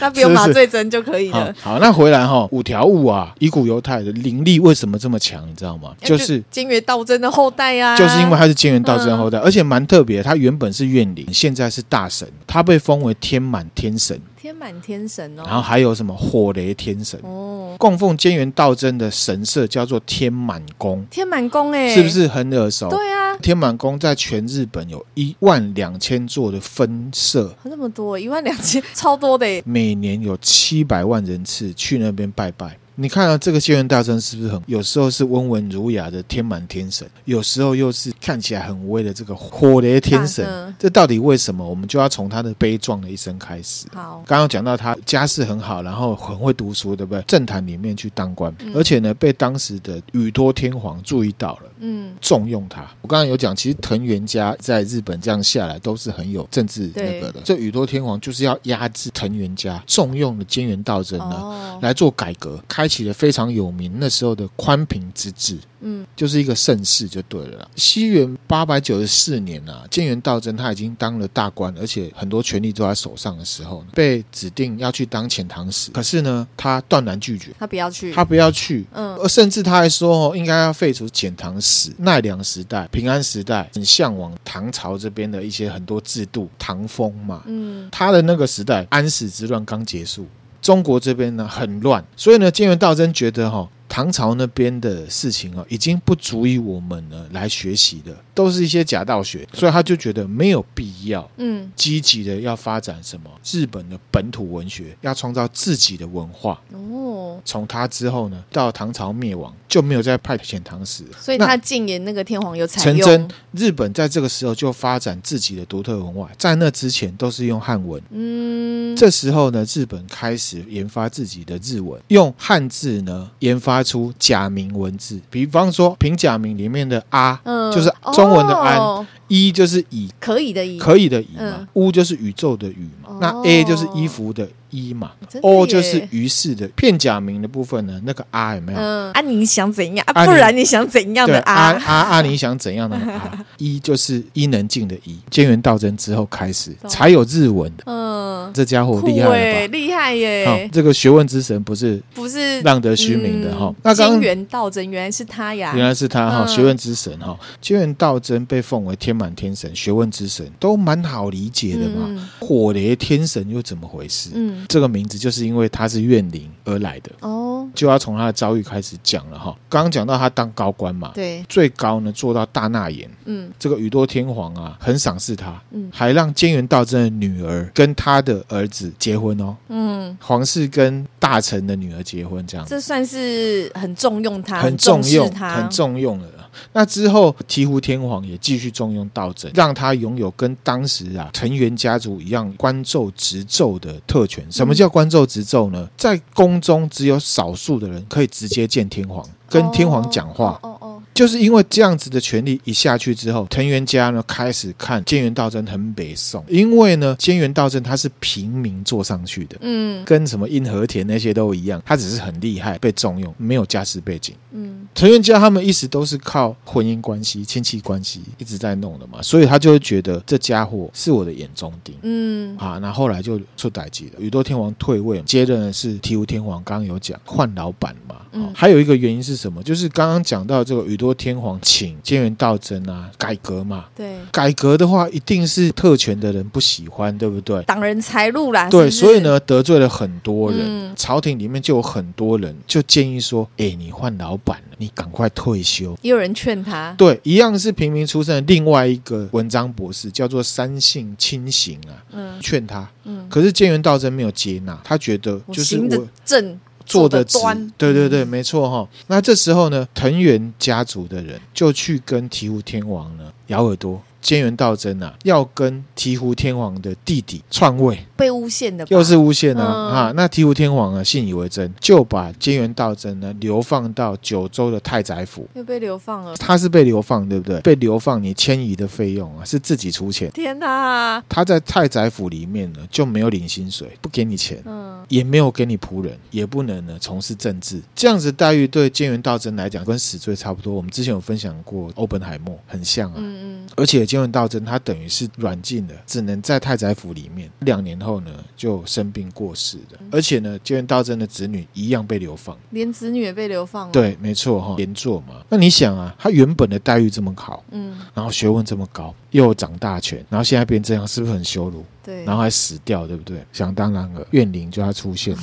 [SPEAKER 2] 那不用
[SPEAKER 1] 是是
[SPEAKER 2] 麻醉针就可以
[SPEAKER 1] 好
[SPEAKER 2] 了。
[SPEAKER 1] 好，那回来哈、五条悟啊，以古犹太的灵力为什么这么强？你知道吗？
[SPEAKER 2] 哎
[SPEAKER 1] 就是
[SPEAKER 2] 金元道真的后代啊，
[SPEAKER 1] 就是因为他是建元道真
[SPEAKER 2] 嗯
[SPEAKER 1] 后代，而且蛮特别。他原本是怨灵，现在是大神，他被封为天满天神，
[SPEAKER 2] 天满天神哦，
[SPEAKER 1] 然后还有什么火雷天神，
[SPEAKER 2] 哦，
[SPEAKER 1] 供奉建元道真的神社叫做天满宫，
[SPEAKER 2] 天满宫哎，
[SPEAKER 1] 是不？是很耳熟？
[SPEAKER 2] 对啊，
[SPEAKER 1] 天满宫在全日本有一万两千座的分社，
[SPEAKER 2] 那么多一万两千， 超多的耶，
[SPEAKER 1] 每年有七百万人次去那边拜拜。你看啊，这个仙人大神是不是很？有时候是温文儒雅的天满天神，有时候又是看起来很威的这个火雷天
[SPEAKER 2] 大神
[SPEAKER 1] 神。这到底为什么？我们就要从他的悲壮的一生开始。
[SPEAKER 2] 好，
[SPEAKER 1] 刚刚讲到他家世很好，然后很会读书，对不对？政坛里面去当官，
[SPEAKER 2] 嗯
[SPEAKER 1] 而且呢，被当时的宇多天皇注意到了。
[SPEAKER 2] 嗯，
[SPEAKER 1] 重用他。我刚刚有讲，其实藤原家在日本这样下来都是很有政治那个的。这宇多天皇就是要压制藤原家，重用了兼元道真呢、
[SPEAKER 2] 哦，
[SPEAKER 1] 来做改革，开启了非常有名那时候的宽平之治。
[SPEAKER 2] 嗯，
[SPEAKER 1] 就是一个盛世就对了啦。西元八百九十四年啊，建元道真他已经当了大官，而且很多权力都在手上的时候，被指定要去当遣唐使。可是呢，他断然拒绝，
[SPEAKER 2] 他不要去，
[SPEAKER 1] 他呃不要去，
[SPEAKER 2] 嗯，
[SPEAKER 1] 而甚至他还说哦，应该要废除遣唐使、奈良时代、平安时代，很向往唐朝这边的一些很多制度、唐风嘛。
[SPEAKER 2] 嗯，
[SPEAKER 1] 他的那个时代，安史之乱刚结束，中国这边呢很乱，所以呢，建元道真觉得哈、唐朝那边的事情哦，已经不足以我们呢来学习的，都是一些假道学，所以他就觉得没有必要
[SPEAKER 2] 嗯，
[SPEAKER 1] 积极的要发展什么日本的本土文学，要创造自己的文化。
[SPEAKER 2] 哦，
[SPEAKER 1] 从他之后呢，到唐朝灭亡就没有再派遣唐使。
[SPEAKER 2] 所以
[SPEAKER 1] 那
[SPEAKER 2] 他禁言那个天皇有采
[SPEAKER 1] 成
[SPEAKER 2] 用，
[SPEAKER 1] 真，日本在这个时候就发展自己的独特文化，在那之前都是用汉文。
[SPEAKER 2] 嗯，
[SPEAKER 1] 这时候呢，日本开始研发自己的日文，用汉字呢研发出假名文字。比方说，平假名里面的“啊
[SPEAKER 2] 嗯，
[SPEAKER 1] 就是中文的安
[SPEAKER 2] 哦”，“
[SPEAKER 1] 一”就是“以
[SPEAKER 2] 可以的以，”，
[SPEAKER 1] 可以的“以”嘛
[SPEAKER 2] 嗯，“
[SPEAKER 1] 乌”就是宇宙的“宇”嘛
[SPEAKER 2] 哦，
[SPEAKER 1] 那 “a” 就是衣服的“衣”嘛
[SPEAKER 2] 真的
[SPEAKER 1] ，“o” 哦就是
[SPEAKER 2] 耶
[SPEAKER 1] 于是的。片假名的部分呢，那个“啊”有没有？
[SPEAKER 2] 嗯，啊，你想怎样
[SPEAKER 1] 啊
[SPEAKER 2] 啊？不然你想怎样
[SPEAKER 1] 对
[SPEAKER 2] 的啊？
[SPEAKER 1] 啊啊！你想怎样的啊？一就是伊能静的一，兼元道真之后开始
[SPEAKER 2] 懂
[SPEAKER 1] 才有日文的，
[SPEAKER 2] 嗯，
[SPEAKER 1] 这家伙
[SPEAKER 2] 酷
[SPEAKER 1] 哦厉害
[SPEAKER 2] 欸
[SPEAKER 1] 了吧？
[SPEAKER 2] 厉害
[SPEAKER 1] 好、
[SPEAKER 2] 耶！
[SPEAKER 1] 这个学问之神不是
[SPEAKER 2] 不是
[SPEAKER 1] 浪得虚名的哈、
[SPEAKER 2] 嗯
[SPEAKER 1] 那刚
[SPEAKER 2] 金
[SPEAKER 1] 刚
[SPEAKER 2] 元道真原来是他呀，
[SPEAKER 1] 原来是他哈、
[SPEAKER 2] 嗯
[SPEAKER 1] 学问之神哈、兼元道真被奉为天满天神，学问之神都蛮好理解的嘛。
[SPEAKER 2] 嗯
[SPEAKER 1] 火雷天神又怎么回事？
[SPEAKER 2] 嗯，
[SPEAKER 1] 这个名字就是因为他是怨灵而来的，
[SPEAKER 2] 哦，
[SPEAKER 1] 就要从他的遭遇开始讲了哈、刚刚讲到他当高官嘛，
[SPEAKER 2] 对，
[SPEAKER 1] 最高呢做到大纳言。
[SPEAKER 2] 嗯
[SPEAKER 1] 这个宇多天皇啊，很赏识他，
[SPEAKER 2] 嗯
[SPEAKER 1] 还让兼元道真的女儿跟他的儿子结婚哦，
[SPEAKER 2] 嗯，
[SPEAKER 1] 皇室跟大臣的女儿结婚，这样
[SPEAKER 2] 这算是很重用他，
[SPEAKER 1] 很重
[SPEAKER 2] 重视
[SPEAKER 1] 用，
[SPEAKER 2] 他，
[SPEAKER 1] 很重用了。那之后，醍醐天皇也继续重用道真，让他拥有跟当时啊藤原家族一样官奏职奏的特权。
[SPEAKER 2] 嗯
[SPEAKER 1] 什么叫官奏职奏呢？在宫中只有少数的人可以直接见天皇，跟天皇讲话。
[SPEAKER 2] 哦哦哦，
[SPEAKER 1] 就是因为这样子的权利一下去之后，藤原家呢开始看菅原道真很北宋，因为呢菅原道真他是平民坐上去的，
[SPEAKER 2] 嗯
[SPEAKER 1] 跟什么因和田那些都一样，他只是很厉害被重用，没有家世背景。
[SPEAKER 2] 嗯，
[SPEAKER 1] 藤原家他们一直都是靠婚姻关系、亲戚关系一直在弄的嘛，所以他就会觉得这家伙是我的眼中钉。
[SPEAKER 2] 嗯，
[SPEAKER 1] 啊，那后来就出歹机了。宇多天王退位，接任的是醍醐天皇，刚刚有讲换老板嘛、哦
[SPEAKER 2] 嗯
[SPEAKER 1] 还有一个原因是什么？就是刚刚讲到这个宇多天皇请菅原道真啊改革嘛，
[SPEAKER 2] 对，
[SPEAKER 1] 改革的话一定是特权的人不喜欢，对不对？
[SPEAKER 2] 挡人财路啦，
[SPEAKER 1] 对，
[SPEAKER 2] 是不是
[SPEAKER 1] 所以，呢得罪了很多人，
[SPEAKER 2] 嗯
[SPEAKER 1] 朝廷里面就有很多人就建议说，哎，你换老板了，你赶快退休。
[SPEAKER 2] 也有人劝他，
[SPEAKER 1] 对，一样是平民出身的另外一个文章博士叫做三姓清行啊，
[SPEAKER 2] 嗯
[SPEAKER 1] 劝他
[SPEAKER 2] 嗯，
[SPEAKER 1] 可是菅原道真没有接纳，他觉得
[SPEAKER 2] 我
[SPEAKER 1] 就是
[SPEAKER 2] 行
[SPEAKER 1] 我
[SPEAKER 2] 得正，
[SPEAKER 1] 做
[SPEAKER 2] 得
[SPEAKER 1] 的直
[SPEAKER 2] 端，，嗯
[SPEAKER 1] 对对对，没错哈、那这时候呢，藤原家族的人就去跟醍醐天王呢咬耳朵，菅原道真啊，要跟醍醐天皇的弟弟篡位，
[SPEAKER 2] 被诬陷的吧，
[SPEAKER 1] 又是诬陷啊
[SPEAKER 2] 啊嗯
[SPEAKER 1] 啊！那醍醐天皇啊信以为真，就把菅原道真呢流放到九州的太宰府。
[SPEAKER 2] 又被流放了。
[SPEAKER 1] 他是被流放，对不对？被流放，你迁移的费用啊是自己出钱。
[SPEAKER 2] 天哪，
[SPEAKER 1] 他在太宰府里面呢就没有领薪水，不给你钱，
[SPEAKER 2] 嗯，
[SPEAKER 1] 也没有给你仆人，也不能呢从事政治。这样子待遇对菅原道真来讲跟死罪差不多。我们之前有分享过欧本海默，很像啊。
[SPEAKER 2] 嗯嗯，
[SPEAKER 1] 而且菅原道真他等于是软禁了，只能在太宰府里面。两年后呢，就生病过世的。而且呢，菅原道真的子女一样被流放。
[SPEAKER 2] 连子女也被流放了。，
[SPEAKER 1] 对，没错哈、连坐嘛。那你想啊，他原本的待遇这么好，
[SPEAKER 2] 嗯，
[SPEAKER 1] 然后学问这么高，又掌大权，然后现在变这样，是不是很羞辱？
[SPEAKER 2] 对，
[SPEAKER 1] 然后还死掉，对不对？想当然了，怨灵就要出现了，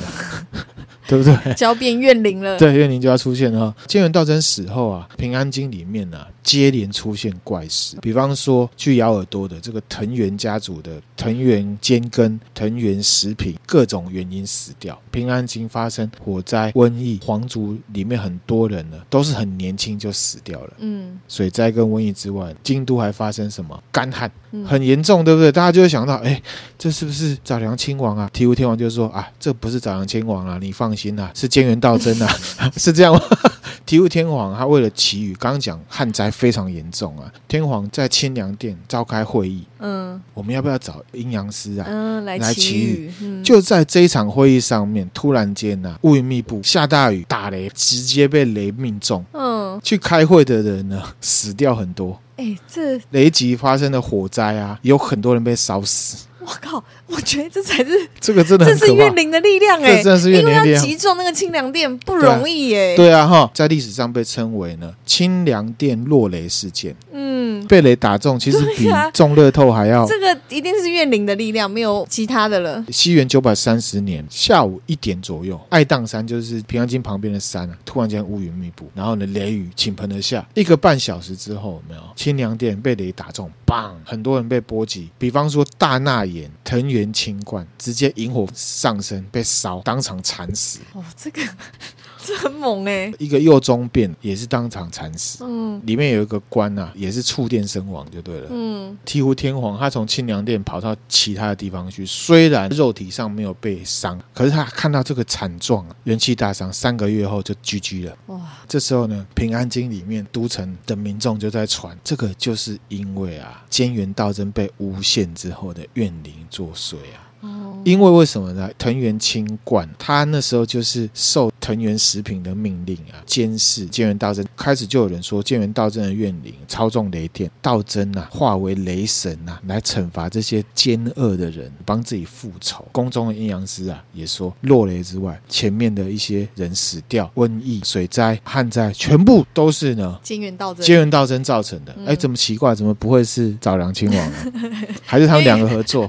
[SPEAKER 1] 对不对？
[SPEAKER 2] 交变怨灵了。，
[SPEAKER 1] 对，怨灵就要出现了哈。建元道真死后啊，平安京里面啊，接连出现怪事，比方说去咬耳朵的这个藤原家族的藤原兼根、藤原食品，各种原因死掉。平安京发生火灾、瘟疫，皇族里面很多人呢，都是很年轻就死掉了。
[SPEAKER 2] 嗯
[SPEAKER 1] 水灾跟瘟疫之外，京都还发生什么干旱，
[SPEAKER 2] 嗯，
[SPEAKER 1] 很严重，对不对？大家就会想到，哎，这是不是早良亲王啊？醍醐天王就说啊，这不是早良亲王啊，你放心啊，是菅原道真 啊， 是这样吗？ 醍醐天皇他为了祈雨，刚刚讲旱灾非常严重啊，天皇在清凉殿召开会议，
[SPEAKER 2] 嗯
[SPEAKER 1] 我们要不要找阴阳师啊？
[SPEAKER 2] 嗯，来
[SPEAKER 1] 来祈
[SPEAKER 2] 祈雨，嗯，
[SPEAKER 1] 就在这一场会议上面，突然间呐、啊，乌云密布，下大雨，打雷，直接被雷命中。
[SPEAKER 2] 嗯，
[SPEAKER 1] 去开会的人呢，死掉很多。
[SPEAKER 2] 哎，这
[SPEAKER 1] 雷击发生的火灾啊，有很多人被烧死，
[SPEAKER 2] 我靠，我觉得这才是
[SPEAKER 1] 这 个真的
[SPEAKER 2] 这
[SPEAKER 1] 很
[SPEAKER 2] 是
[SPEAKER 1] 可
[SPEAKER 2] 怨
[SPEAKER 1] 怕。
[SPEAKER 2] 灵的力量
[SPEAKER 1] 这
[SPEAKER 2] 哎，
[SPEAKER 1] 真的是怨
[SPEAKER 2] 因
[SPEAKER 1] 灵
[SPEAKER 2] 为
[SPEAKER 1] 的
[SPEAKER 2] 要
[SPEAKER 1] 力量
[SPEAKER 2] 击中那个清凉殿不容易耶。，
[SPEAKER 1] 对啊，哈，在历史上被称为呢清凉殿落雷事件，
[SPEAKER 2] 嗯，
[SPEAKER 1] 被雷打中其实比
[SPEAKER 2] 对啊
[SPEAKER 1] 中乐透还要。
[SPEAKER 2] 这个一定是怨灵的力量，没有其他的了。
[SPEAKER 1] 西元九百三十年下午一点左右，爱宕山就是平安京旁边的山啊，突然间乌云密布，然后呢雷雨倾盆而下。一个半小时之后，有没有清凉殿被雷打中，棒，很多人被波及。比方说大纳言、藤原清冠直接引火上身被烧，当场惨死。
[SPEAKER 2] 哦，这个 这很猛哎、
[SPEAKER 1] 一个右中变也是当场惨死。
[SPEAKER 2] 嗯
[SPEAKER 1] 里面有一个官啊，也是触电身亡就对了。
[SPEAKER 2] 嗯
[SPEAKER 1] 醍醐天皇他从清凉殿跑到其他的地方去，虽然肉体上没有被伤，可是他看到这个惨状啊，元气大伤，三个月后就 GG 了。
[SPEAKER 2] 哇，
[SPEAKER 1] 这时候呢，平安京里面都城的民众就在传，这个就是因为啊，菅原道真被诬陷之后的怨灵作祟啊。
[SPEAKER 2] 哦
[SPEAKER 1] 因为为什么呢？藤原清冠他那时候就是受藤原食品的命令啊，监视菅原道真。开始就有人说，菅原道真的怨灵操纵雷电，道真啊化为雷神啊，来惩罚这些奸恶的人，帮自己复仇。宫中的阴阳师啊也说，落雷之外，前面的一些人死掉、瘟疫、水灾、旱灾，全部都是呢
[SPEAKER 2] 金元道真
[SPEAKER 1] 菅原道真造成的。哎、
[SPEAKER 2] 嗯
[SPEAKER 1] 怎么奇怪？怎么不会是找梁亲王、 啊？还是他们两个合作？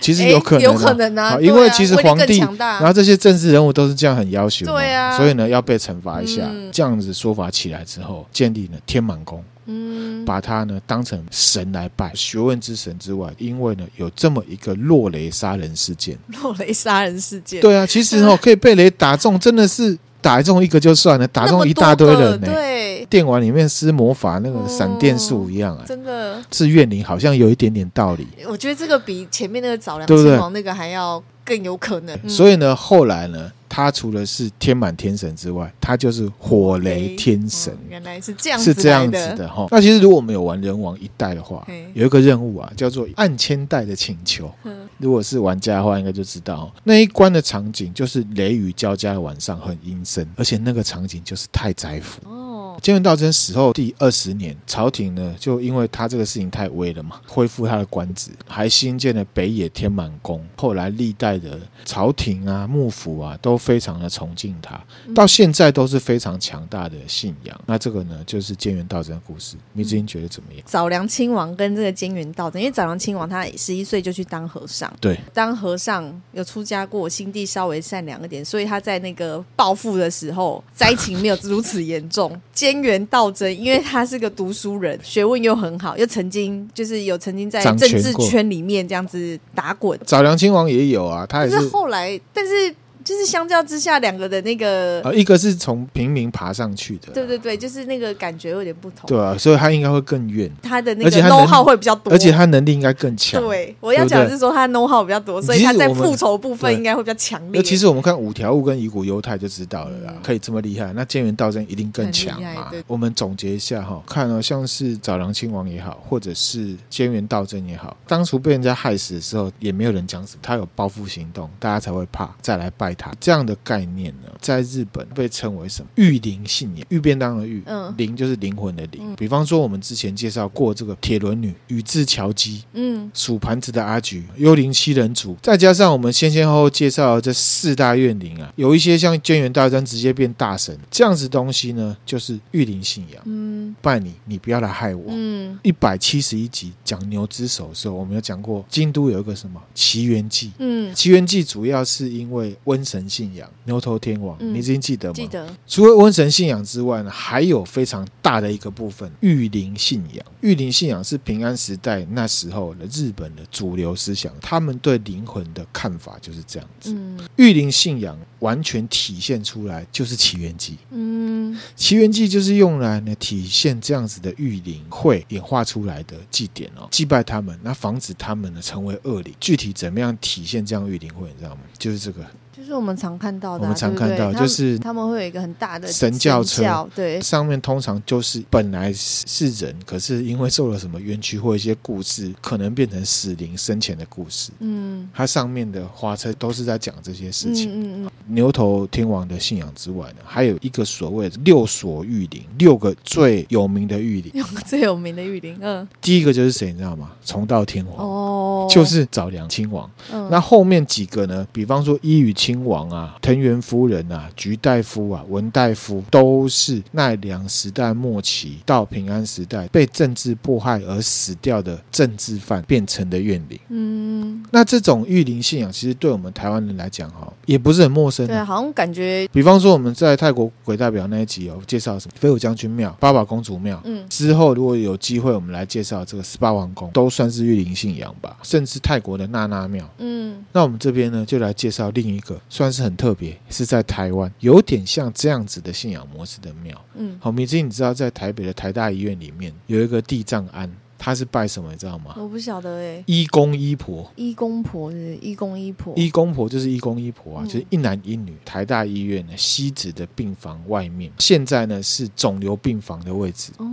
[SPEAKER 1] 其实有可能、啊，
[SPEAKER 2] 哎有可能啊，
[SPEAKER 1] 好
[SPEAKER 2] 对啊
[SPEAKER 1] 因为其实
[SPEAKER 2] 威力
[SPEAKER 1] 皇帝
[SPEAKER 2] 更强大
[SPEAKER 1] 然后这些政治人物都是这样很要求嘛，
[SPEAKER 2] 对啊
[SPEAKER 1] 所以呢要被惩罚一下。
[SPEAKER 2] 嗯
[SPEAKER 1] 这样子说法起来之后，建立了天满宫，
[SPEAKER 2] 嗯，
[SPEAKER 1] 把他呢当成神来拜，学问之神之外，因为呢有这么一个落雷杀人事件。
[SPEAKER 2] 落雷杀人事件，
[SPEAKER 1] 对啊，其实 哦可以被雷打中，真的是打中一个就算了，打
[SPEAKER 2] 那么
[SPEAKER 1] 中一
[SPEAKER 2] 多
[SPEAKER 1] 大堆
[SPEAKER 2] 个
[SPEAKER 1] 人呢、
[SPEAKER 2] 对，
[SPEAKER 1] 电玩里面施魔法那
[SPEAKER 2] 哦
[SPEAKER 1] 个闪电术一样啊，
[SPEAKER 2] 真的，
[SPEAKER 1] 是怨灵好像有一点点道理。
[SPEAKER 2] 我觉得这个比前面那个找梁
[SPEAKER 1] 对不对
[SPEAKER 2] 亲王那个还要更有可能，嗯
[SPEAKER 1] 所以呢，后来呢，他除了是天满天神之外，他就是火雷天神，
[SPEAKER 2] 嗯原来是这样
[SPEAKER 1] 哎是这样
[SPEAKER 2] 来
[SPEAKER 1] 子
[SPEAKER 2] 的，
[SPEAKER 1] 的哈。那其实如果我们有玩人王一代的话
[SPEAKER 2] 嘿，
[SPEAKER 1] 有一个任务啊，叫做暗千代的请求。
[SPEAKER 2] 嗯
[SPEAKER 1] 如果是玩家的话，应该就知道哦那一关的场景就是雷雨交加的晚上，很阴森，而且那个场景就是太宰府。
[SPEAKER 2] 哦，
[SPEAKER 1] 菅原道真死后第二十年，朝廷呢就因为他这个事情太威了嘛，恢复他的官职，还新建了北野天满宫。后来历代的朝廷啊、幕府啊，都非常的崇敬他，
[SPEAKER 2] 嗯
[SPEAKER 1] 到现在都是非常强大的信仰。那这个呢，就是菅原道真的故事。迷之音觉得怎么样？
[SPEAKER 2] 早良亲王跟这个菅原道真，因为早良亲王他十一岁就去当和尚，
[SPEAKER 1] 对，
[SPEAKER 2] 当和尚有出家过，心地稍微善良一点，所以他在那个暴富的时候灾情没有如此严重。菅原道真，因为他是个读书人，学问又很好，又曾经就是有曾经在
[SPEAKER 1] 掌
[SPEAKER 2] 政
[SPEAKER 1] 权
[SPEAKER 2] 治
[SPEAKER 1] 过
[SPEAKER 2] 圈里面这样子打滚，
[SPEAKER 1] 早良亲王也有啊，他也
[SPEAKER 2] 但是
[SPEAKER 1] 是
[SPEAKER 2] 后来，但是就是相较之下，两个的那个，
[SPEAKER 1] 呃，一个是从平民爬上去的，
[SPEAKER 2] 对对对，就是那个感觉有点不同。
[SPEAKER 1] 对啊，所以他应该会更远，
[SPEAKER 2] 他的那
[SPEAKER 1] 而且
[SPEAKER 2] 个
[SPEAKER 1] 他
[SPEAKER 2] know
[SPEAKER 1] 能
[SPEAKER 2] how 会比较多，
[SPEAKER 1] 而且他能力应该更强。，
[SPEAKER 2] 对我要讲的是说他 know how 比较多，所以他在
[SPEAKER 1] 其实我们
[SPEAKER 2] 复仇部分
[SPEAKER 1] 对
[SPEAKER 2] 应该会比较强
[SPEAKER 1] 那
[SPEAKER 2] 烈。
[SPEAKER 1] 其实我们看五条悟跟乙骨犹太就知道了啦，
[SPEAKER 2] 嗯
[SPEAKER 1] 可以这么厉害，那菅原道真一定更强
[SPEAKER 2] 很厉害
[SPEAKER 1] 嘛
[SPEAKER 2] 对。
[SPEAKER 1] 我们总结一下哈，看哦，像是早良亲王也好，或者是菅原道真也好，当初被人家害死的时候，也没有人讲什么，他有报复行动，大家才会怕，再来拜他。这样的概念呢，在日本被称为什么？御灵信仰，御便当的御，
[SPEAKER 2] 嗯
[SPEAKER 1] 灵就是灵魂的灵。
[SPEAKER 2] 嗯
[SPEAKER 1] 比方说，我们之前介绍过这个铁轮女宇治乔姬，
[SPEAKER 2] 嗯，
[SPEAKER 1] 数盘子的阿菊、幽灵七人组，再加上我们先先后后介绍的这四大怨灵啊，有一些像菅原大战直接变大神这样子东西呢，就是御灵信仰。
[SPEAKER 2] 嗯
[SPEAKER 1] 拜你，你不要来害我。
[SPEAKER 2] 嗯
[SPEAKER 1] 一百七十一集讲牛之手的时候，我们有讲过，京都有一个什么奇缘记。
[SPEAKER 2] 嗯，
[SPEAKER 1] 奇缘记主要是因为瘟神信仰牛头天王，
[SPEAKER 2] 嗯
[SPEAKER 1] 你已经记得吗？
[SPEAKER 2] 记得，
[SPEAKER 1] 除了瘟神信仰之外呢，还有非常大的一个部分御灵信仰。御灵信仰是平安时代那时候的日本的主流思想，他们对灵魂的看法就是这样子。
[SPEAKER 2] 嗯
[SPEAKER 1] 御灵信仰完全体现出来就是奇缘记，
[SPEAKER 2] 嗯
[SPEAKER 1] 奇缘祭就是用来呢体现这样子的御灵会演化出来的祭典哦，祭拜他们，那防止他们呢成为恶灵。具体怎么样体现这样御灵会，你知道吗？就是这个
[SPEAKER 2] 就是我们常看到的啊、
[SPEAKER 1] 我们常
[SPEAKER 2] 对不对
[SPEAKER 1] 看到
[SPEAKER 2] 他们
[SPEAKER 1] 就是
[SPEAKER 2] 他们会有一个很大的
[SPEAKER 1] 神教车
[SPEAKER 2] 对，
[SPEAKER 1] 上面通常就是本来是人，可是因为受了什么冤屈或一些故事，可能变成死灵生前的故事。
[SPEAKER 2] 嗯，
[SPEAKER 1] 它上面的花车都是在讲这些事情。
[SPEAKER 2] 嗯嗯嗯，
[SPEAKER 1] 牛头天王的信仰之外呢，还有一个所谓的六所御灵，六个最有名的御灵。
[SPEAKER 2] 用嗯 最有名的玉林，嗯
[SPEAKER 1] 第一个就是谁，你知道吗？重道天王。
[SPEAKER 2] 哦，
[SPEAKER 1] 就是早良亲王，
[SPEAKER 2] 嗯
[SPEAKER 1] 那后面几个呢？比方说伊予亲王啊、藤原夫人啊、菊大夫啊、文大夫，都是奈良时代末期到平安时代被政治迫害而死掉的政治犯变成的怨灵。
[SPEAKER 2] 嗯，
[SPEAKER 1] 那这种御灵信仰，其实对我们台湾人来讲，哈，也不是很陌生、
[SPEAKER 2] 对啊，
[SPEAKER 1] 啊。
[SPEAKER 2] 好像感觉
[SPEAKER 1] 比方说我们在泰国鬼代表那一集有介绍什么飞虎将军庙、八宝公主庙，
[SPEAKER 2] 嗯
[SPEAKER 1] 之后如果有机会，我们来介绍这个十八王宫，都算是御灵信仰吧，甚至泰国的娜娜庙。
[SPEAKER 2] 嗯
[SPEAKER 1] 那我们这边呢，就来介绍另一个，算是很特别，是在台湾，有点像这样子的信仰模式的庙。
[SPEAKER 2] 嗯，
[SPEAKER 1] 好，明星，你知道在台北的台大医院里面有一个地藏庵，它是拜什么，你知道吗？
[SPEAKER 2] 我不晓得哎，
[SPEAKER 1] 医公医婆，
[SPEAKER 2] 一公婆是不是一公一婆，
[SPEAKER 1] 医公婆就是医公医婆啊，
[SPEAKER 2] 嗯
[SPEAKER 1] 就是一男一女。台大医院呢，西子的病房外面，现在呢是肿瘤病房的位置。
[SPEAKER 2] 哦，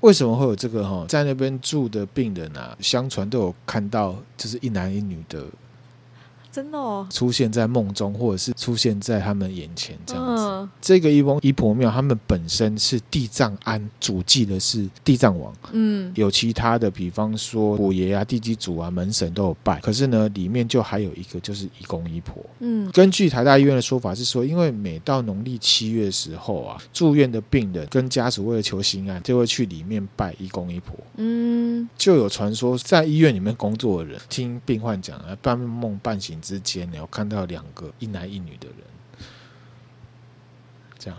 [SPEAKER 1] 为什么会有这个哈？在那边住的病人啊，相传都有看到，就是一男一女的
[SPEAKER 2] 真的哦，
[SPEAKER 1] 出现在梦中，或者是出现在他们眼前这样子。
[SPEAKER 2] 嗯
[SPEAKER 1] 这个一翁一婆庙，他们本身是地藏庵，主祭的是地藏王，
[SPEAKER 2] 嗯
[SPEAKER 1] 有其他的，比方说五爷啊、地基主啊、门神都有拜。可是呢，里面就还有一个就是一公一婆。
[SPEAKER 2] 嗯
[SPEAKER 1] 根据台大医院的说法是说，因为每到农历七月的时候啊，住院的病人跟家属为了求心安，就会去里面拜一公一婆。
[SPEAKER 2] 嗯
[SPEAKER 1] 就有传说，在医院里面工作的人听病患讲啊，半梦半醒之间呢，有看到两个一男一女的人，这样。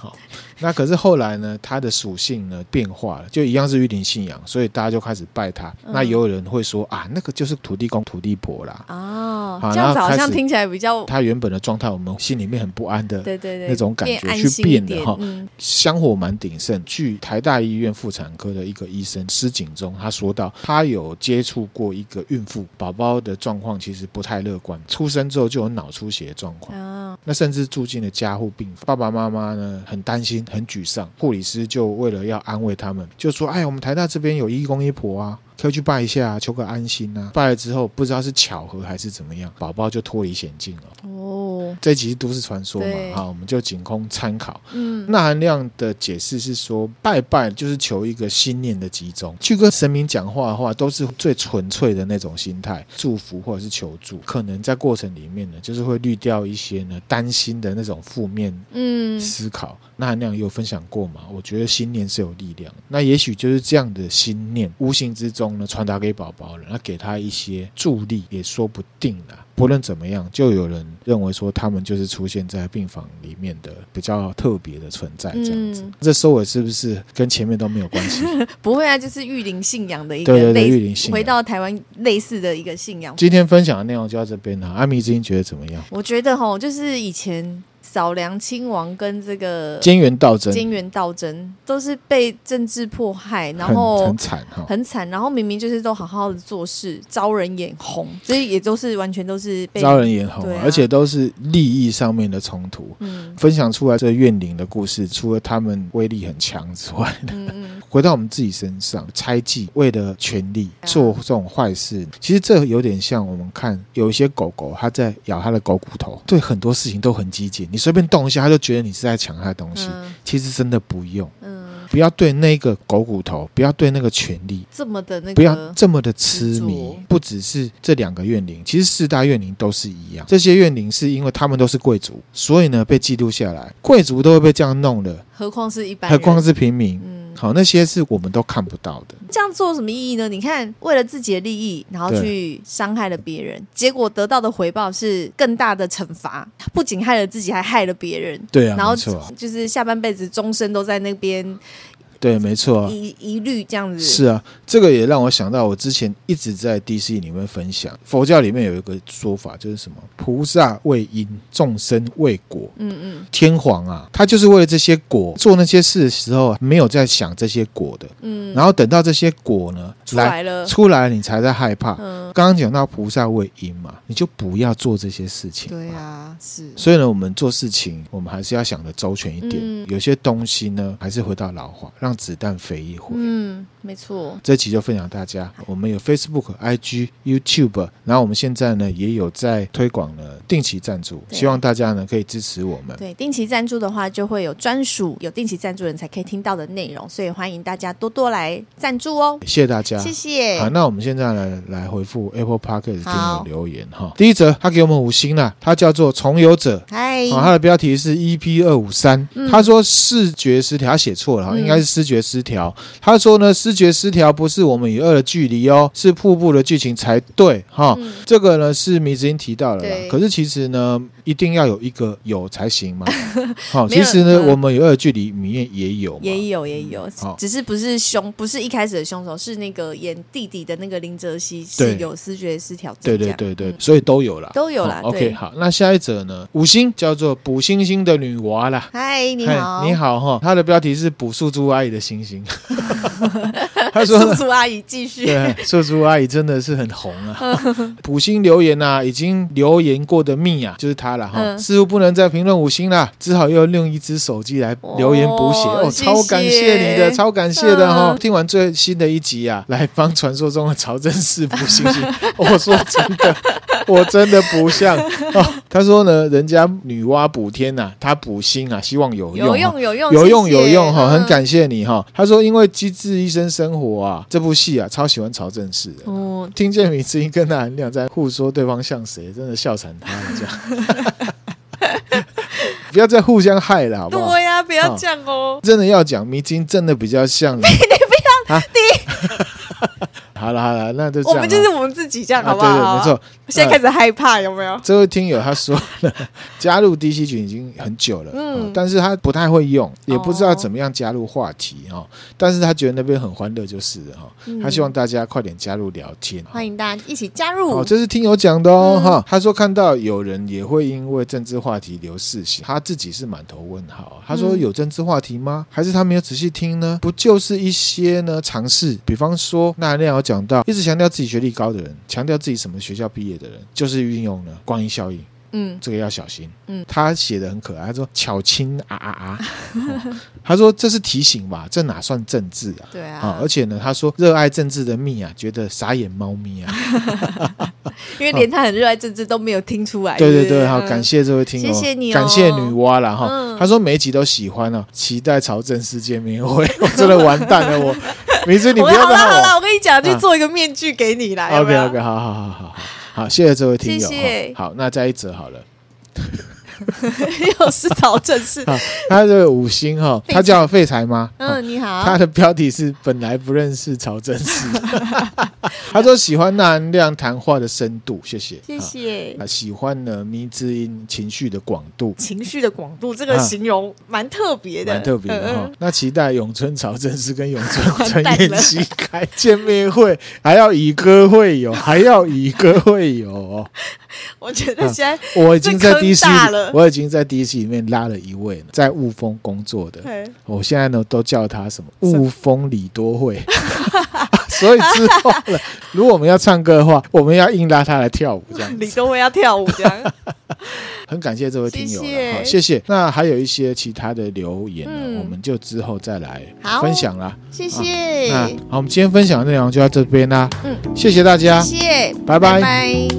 [SPEAKER 1] 好，那可是后来呢，他的属性呢变化了，就一样是御灵信仰，所以大家就开始拜他。
[SPEAKER 2] 嗯
[SPEAKER 1] 那也有人会说啊，那个就是土地公、土地婆啦，
[SPEAKER 2] 哦，
[SPEAKER 1] 好
[SPEAKER 2] 这
[SPEAKER 1] 然
[SPEAKER 2] 样子
[SPEAKER 1] 后
[SPEAKER 2] 好
[SPEAKER 1] 开
[SPEAKER 2] 像
[SPEAKER 1] 始
[SPEAKER 2] 听起来比较
[SPEAKER 1] 他原本的状态，我们心里面很不安的
[SPEAKER 2] 对对对
[SPEAKER 1] 那种感
[SPEAKER 2] 变
[SPEAKER 1] 觉
[SPEAKER 2] 安
[SPEAKER 1] 去
[SPEAKER 2] 心一
[SPEAKER 1] 变的
[SPEAKER 2] 点
[SPEAKER 1] 哈。
[SPEAKER 2] 嗯
[SPEAKER 1] 香火蛮鼎盛。据台大医院妇产科的一个医生施景忠，他说到，他有接触过一个孕妇，宝宝的状况其实不太乐观，出生之后就有脑出血的状况。
[SPEAKER 2] 啊
[SPEAKER 1] 那甚至住进了加护病房，爸爸妈妈呢很担心，很沮丧。护理师就为了要安慰他们，就说：“哎，我们台大这边有义公一婆啊，可以去拜一下啊，求个安心啊。”拜了之后，不知道是巧合还是怎么样，宝宝就脱离险境了。
[SPEAKER 2] 哦
[SPEAKER 1] 这集是都市传说嘛
[SPEAKER 2] 对，
[SPEAKER 1] 哈，我们就仅供参考。
[SPEAKER 2] 嗯
[SPEAKER 1] 那含量的解释是说，拜拜就是求一个心念的集中，去跟神明讲话的话，都是最纯粹的那种心态，祝福或者是求助。可能在过程里面呢，就是会滤掉一些呢担心的那种负面
[SPEAKER 2] 嗯
[SPEAKER 1] 思考。那含量也有分享过嘛，我觉得心念是有力量的。那也许就是这样的心念，无形之中呢传达给宝宝了，那给他一些助力也说不定啦。不论怎么样，就有人认为说他们就是出现在病房里面的比较特别的存在啊这样子。
[SPEAKER 2] 嗯
[SPEAKER 1] 这收尾是不是跟前面都没有关 系？
[SPEAKER 2] 不会啊，就是玉林信仰的一
[SPEAKER 1] 对对
[SPEAKER 2] 个
[SPEAKER 1] 对
[SPEAKER 2] 类
[SPEAKER 1] 玉林信仰
[SPEAKER 2] 回到台湾类似的一个信仰。
[SPEAKER 1] 今天分享的内容就到这边了。阿米之音觉得怎么样？
[SPEAKER 2] 我觉得哈，就是以前扫梁亲王跟这个
[SPEAKER 1] 菅原道真
[SPEAKER 2] 菅原道真都是被政治迫害，然
[SPEAKER 1] 很
[SPEAKER 2] 后
[SPEAKER 1] 很惨哈。
[SPEAKER 2] 很惨，然后明明就是都好好的做事，招人眼红，所以也都是完全都是被
[SPEAKER 1] 招人眼红、
[SPEAKER 2] 对啊
[SPEAKER 1] 而且都是利益上面的冲突。
[SPEAKER 2] 嗯
[SPEAKER 1] 分享出来这个怨灵的故事，除了他们威力很强之外，
[SPEAKER 2] 嗯嗯，
[SPEAKER 1] 回到我们自己身上，猜忌为了权力
[SPEAKER 2] 啊
[SPEAKER 1] 做这种坏事，其实这有点像我们看有一些狗狗，它在咬它的狗骨头，对很多事情都很激进，你随便动一下，它就觉得你是在抢它的东西。
[SPEAKER 2] 嗯
[SPEAKER 1] 其实真的不用，
[SPEAKER 2] 嗯，
[SPEAKER 1] 不要对那个狗骨头，不要对那个权力。
[SPEAKER 2] 这么的那
[SPEAKER 1] 不要
[SPEAKER 2] 个，
[SPEAKER 1] 这么的痴迷
[SPEAKER 2] 执着，
[SPEAKER 1] 不只是这两个怨灵，其实四大怨灵都是一样。这些怨灵是因为他们都是贵族，所以呢被记录下来，贵族都会被这样弄了，
[SPEAKER 2] 何况是一般
[SPEAKER 1] 何
[SPEAKER 2] 人，
[SPEAKER 1] 况是平民。
[SPEAKER 2] 嗯，
[SPEAKER 1] 好，那些是我们都看不到的。
[SPEAKER 2] 这样做有什么意义呢？你看，为了自己的利益，然后
[SPEAKER 1] 对
[SPEAKER 2] 去伤害了别人，结果得到的回报是更大的惩罚，不仅害了自己，还害了别人。
[SPEAKER 1] 对啊，
[SPEAKER 2] 然后
[SPEAKER 1] 没错，
[SPEAKER 2] 就是下半辈子终身都在那边
[SPEAKER 1] 对，没错啊，
[SPEAKER 2] 一一律这样子，
[SPEAKER 1] 是啊，这个也让我想到，我之前一直在 DC 里面分享，佛教里面有一个说法，就是什么菩萨为因，众生为果。
[SPEAKER 2] 嗯
[SPEAKER 1] 天皇啊，他就是为了这些果做那些事的时候，没有在想这些果的，
[SPEAKER 2] 嗯嗯，
[SPEAKER 1] 然后等到这些果呢
[SPEAKER 2] 出来了，
[SPEAKER 1] 出来，你才在害怕。
[SPEAKER 2] 嗯，
[SPEAKER 1] 刚刚讲到菩萨为因嘛，你就不要做这些事情。
[SPEAKER 2] 对。啊，是，
[SPEAKER 1] 所以呢，我们做事情，我们还是要想的周全一点。
[SPEAKER 2] 嗯
[SPEAKER 1] 有些东西呢，还是回到老话，让子弹飞一回。
[SPEAKER 2] 嗯，没错，
[SPEAKER 1] 这期就分享大家，我们有 Facebook、IG、YouTube，然后我们现在呢也有在推广呢定期赞助，
[SPEAKER 2] 对
[SPEAKER 1] 希望大家呢可以支持我们。
[SPEAKER 2] 对，定期赞助的话，就会有专属有定期赞助人才可以听到的内容，所以欢迎大家多多来赞助哦，
[SPEAKER 1] 谢谢大家，
[SPEAKER 2] 谢谢
[SPEAKER 1] 啊好，，那我们现在来来回复 Apple Podcast 听友
[SPEAKER 2] 好
[SPEAKER 1] 留言哈。第一则，他给我们五星啦，他叫做从游者。
[SPEAKER 2] 嗨，
[SPEAKER 1] 啊，他的标题是 EP 二五三，他说视觉失调，他写错了哈，
[SPEAKER 2] 嗯
[SPEAKER 1] 应该是视觉失调。他说呢，视觉失调不是我们与恶的距离哦，是瀑布的剧情才对哈。
[SPEAKER 2] 嗯
[SPEAKER 1] 这个呢是迷之音提到了啦
[SPEAKER 2] 对，
[SPEAKER 1] 可是其实呢，一定要有一个有才行 嘛。好，
[SPEAKER 2] 没有
[SPEAKER 1] 其实呢，
[SPEAKER 2] 嗯
[SPEAKER 1] 我们与恶的距离里面也有嘛，
[SPEAKER 2] 也有也有
[SPEAKER 1] 嗯好，
[SPEAKER 2] 只是不是凶，不是一开始的凶手，是那个演弟弟的那个林哲熙
[SPEAKER 1] 对
[SPEAKER 2] 是有视觉失调
[SPEAKER 1] 对
[SPEAKER 2] 症这
[SPEAKER 1] 对
[SPEAKER 2] 样，
[SPEAKER 1] 对对，
[SPEAKER 2] 嗯
[SPEAKER 1] 所以都有啦，
[SPEAKER 2] 都有啦
[SPEAKER 1] 好 OK，
[SPEAKER 2] 对
[SPEAKER 1] 好，那下一则呢？五星叫做补星星的女娃啦。
[SPEAKER 2] 嗨，你
[SPEAKER 1] 嗨
[SPEAKER 2] 好，
[SPEAKER 1] 你，好哈。她的标题是补素珠阿姨的星 星。她说
[SPEAKER 2] 叔
[SPEAKER 1] 呢，
[SPEAKER 2] 叔阿姨继续，
[SPEAKER 1] 对，素珠阿姨真的是很红啊。
[SPEAKER 2] 嗯
[SPEAKER 1] 补星留言啊，已经留言过的蜜啊，就是她了哈。
[SPEAKER 2] 嗯
[SPEAKER 1] 似乎不能再评论五星啦，只好又用一只手机来留言补血
[SPEAKER 2] 哦
[SPEAKER 1] 哦。
[SPEAKER 2] 谢嗯
[SPEAKER 1] 超感谢你的，
[SPEAKER 2] 谢
[SPEAKER 1] 超感谢的哈。
[SPEAKER 2] 嗯
[SPEAKER 1] 听完最新的一集啊，来帮传说中的曹真士补星 星。我说真的。我真的不像、哦、他说呢，人家女娲补天呐、她补星啊，希望有用、啊，
[SPEAKER 2] 有用有用嗯
[SPEAKER 1] 有用有用哈，
[SPEAKER 2] 哈，
[SPEAKER 1] 很感谢你哈。他说，因为《机智医生生活》啊，这部戏啊，超喜欢曹正奭的。
[SPEAKER 2] 嗯，
[SPEAKER 1] 听见米之音跟他很两在互说对方像谁，真的笑惨他了。这样， 不要再互相害了，好不好？
[SPEAKER 2] 对呀，不要这样哦，
[SPEAKER 1] 真的要讲，迷津真的比较 像你。你不要，啊、你 好了好了，那就这
[SPEAKER 2] 我
[SPEAKER 1] 样啊。
[SPEAKER 2] 们就是我们自己这样，
[SPEAKER 1] 啊
[SPEAKER 2] 好不好？
[SPEAKER 1] 对对，没错。
[SPEAKER 2] 现在开始害怕，有没有？
[SPEAKER 1] 这位听友他说呢，加入 DC 群已经很久了，
[SPEAKER 2] 嗯
[SPEAKER 1] 嗯，但是他不太会用，也不知道怎么样加入话题哈、哦但是他觉得那边很欢乐就是了哈、哦
[SPEAKER 2] 嗯
[SPEAKER 1] 他希望大家快点加入聊天。
[SPEAKER 2] 欢迎大家一起加
[SPEAKER 1] 哦，
[SPEAKER 2] 入，
[SPEAKER 1] 这是听友讲的哦，
[SPEAKER 2] 嗯
[SPEAKER 1] 哈、他说看到有人也会因为政治话题留视线，他自己是满头问号。哦他说
[SPEAKER 2] 嗯
[SPEAKER 1] 有政治话题吗？还是他没有仔细听呢？不就是一些呢尝试，比方说那那有讲到，一直强调自己学历高的人，强调自己什么学校毕业的人，就是运用呢光阴效应。
[SPEAKER 2] 嗯
[SPEAKER 1] 这个要小心。
[SPEAKER 2] 嗯
[SPEAKER 1] 他写的很可爱，他说“巧亲啊啊啊”， 哦他说这是提醒吧，这哪算政治啊？
[SPEAKER 2] 对
[SPEAKER 1] 啊
[SPEAKER 2] 啊，
[SPEAKER 1] 而，且呢，他说热爱政治的蜜啊，觉得傻眼猫咪 啊，
[SPEAKER 2] 因为连他很热爱政治都没有听出来，
[SPEAKER 1] 对对
[SPEAKER 2] 不
[SPEAKER 1] 对，好，感。
[SPEAKER 2] 嗯
[SPEAKER 1] 谢这位听友，
[SPEAKER 2] 谢谢你哦
[SPEAKER 1] 感谢女娲啦哈
[SPEAKER 2] 嗯。
[SPEAKER 1] 他说每一集都喜欢哦，期待朝政世界面会， 我真的完蛋了，我明知你
[SPEAKER 2] 我
[SPEAKER 1] 不
[SPEAKER 2] 们
[SPEAKER 1] 要
[SPEAKER 2] 好了
[SPEAKER 1] 害
[SPEAKER 2] 好
[SPEAKER 1] 我
[SPEAKER 2] 了，。我跟你讲，
[SPEAKER 1] 啊
[SPEAKER 2] 去做一个面具给你啦。有
[SPEAKER 1] OK
[SPEAKER 2] 没有
[SPEAKER 1] OK，好好好好好好，谢谢这位听友。
[SPEAKER 2] 谢谢
[SPEAKER 1] 哈好，那再一则好了。
[SPEAKER 2] 又是曹正 是，
[SPEAKER 1] 他的五星哈，他叫废柴吗？
[SPEAKER 2] 嗯，你好，
[SPEAKER 1] 他的标题是“本来不认识曹真 是” ，他说喜欢那含量谈话的深度，谢谢，
[SPEAKER 2] 谢
[SPEAKER 1] 啊。
[SPEAKER 2] 谢。
[SPEAKER 1] 啊，喜欢呢迷之音情绪的广度，
[SPEAKER 2] 情绪的广度，这个
[SPEAKER 1] 啊
[SPEAKER 2] 形容蛮特别的，
[SPEAKER 1] 蛮特别的
[SPEAKER 2] 嗯
[SPEAKER 1] 哈、
[SPEAKER 2] 嗯
[SPEAKER 1] 那期待咏春曹真是跟咏春
[SPEAKER 2] 完
[SPEAKER 1] 陈
[SPEAKER 2] 蛋
[SPEAKER 1] 彦
[SPEAKER 2] 了
[SPEAKER 1] 希开 见面会，还要以歌会友，还要以歌会友 哦。
[SPEAKER 2] 我觉得现在
[SPEAKER 1] 我已经在
[SPEAKER 2] 这坑
[SPEAKER 1] D C，
[SPEAKER 2] 大了
[SPEAKER 1] 我已经在 D C 里面拉了一位了，在雾峰工作的，
[SPEAKER 2] 嘿
[SPEAKER 1] 我现在呢都叫他什么雾峰李多惠， 所以之后呢，如果我们要唱歌的话，我们要硬拉他来跳舞，这样
[SPEAKER 2] 李东辉要跳舞这样，
[SPEAKER 1] 很感谢这位听友
[SPEAKER 2] 谢
[SPEAKER 1] 了，
[SPEAKER 2] 谢
[SPEAKER 1] 好，谢谢。那还有一些其他的留言呢，
[SPEAKER 2] 嗯
[SPEAKER 1] 我们就之后再来
[SPEAKER 2] 好
[SPEAKER 1] 分享啦。
[SPEAKER 2] 谢
[SPEAKER 1] 那
[SPEAKER 2] 谢，
[SPEAKER 1] 啊好，我们今天分享的内容就到这边啦，
[SPEAKER 2] 嗯，
[SPEAKER 1] 啊谢谢大家，
[SPEAKER 2] 谢谢，
[SPEAKER 1] 拜拜
[SPEAKER 2] 拜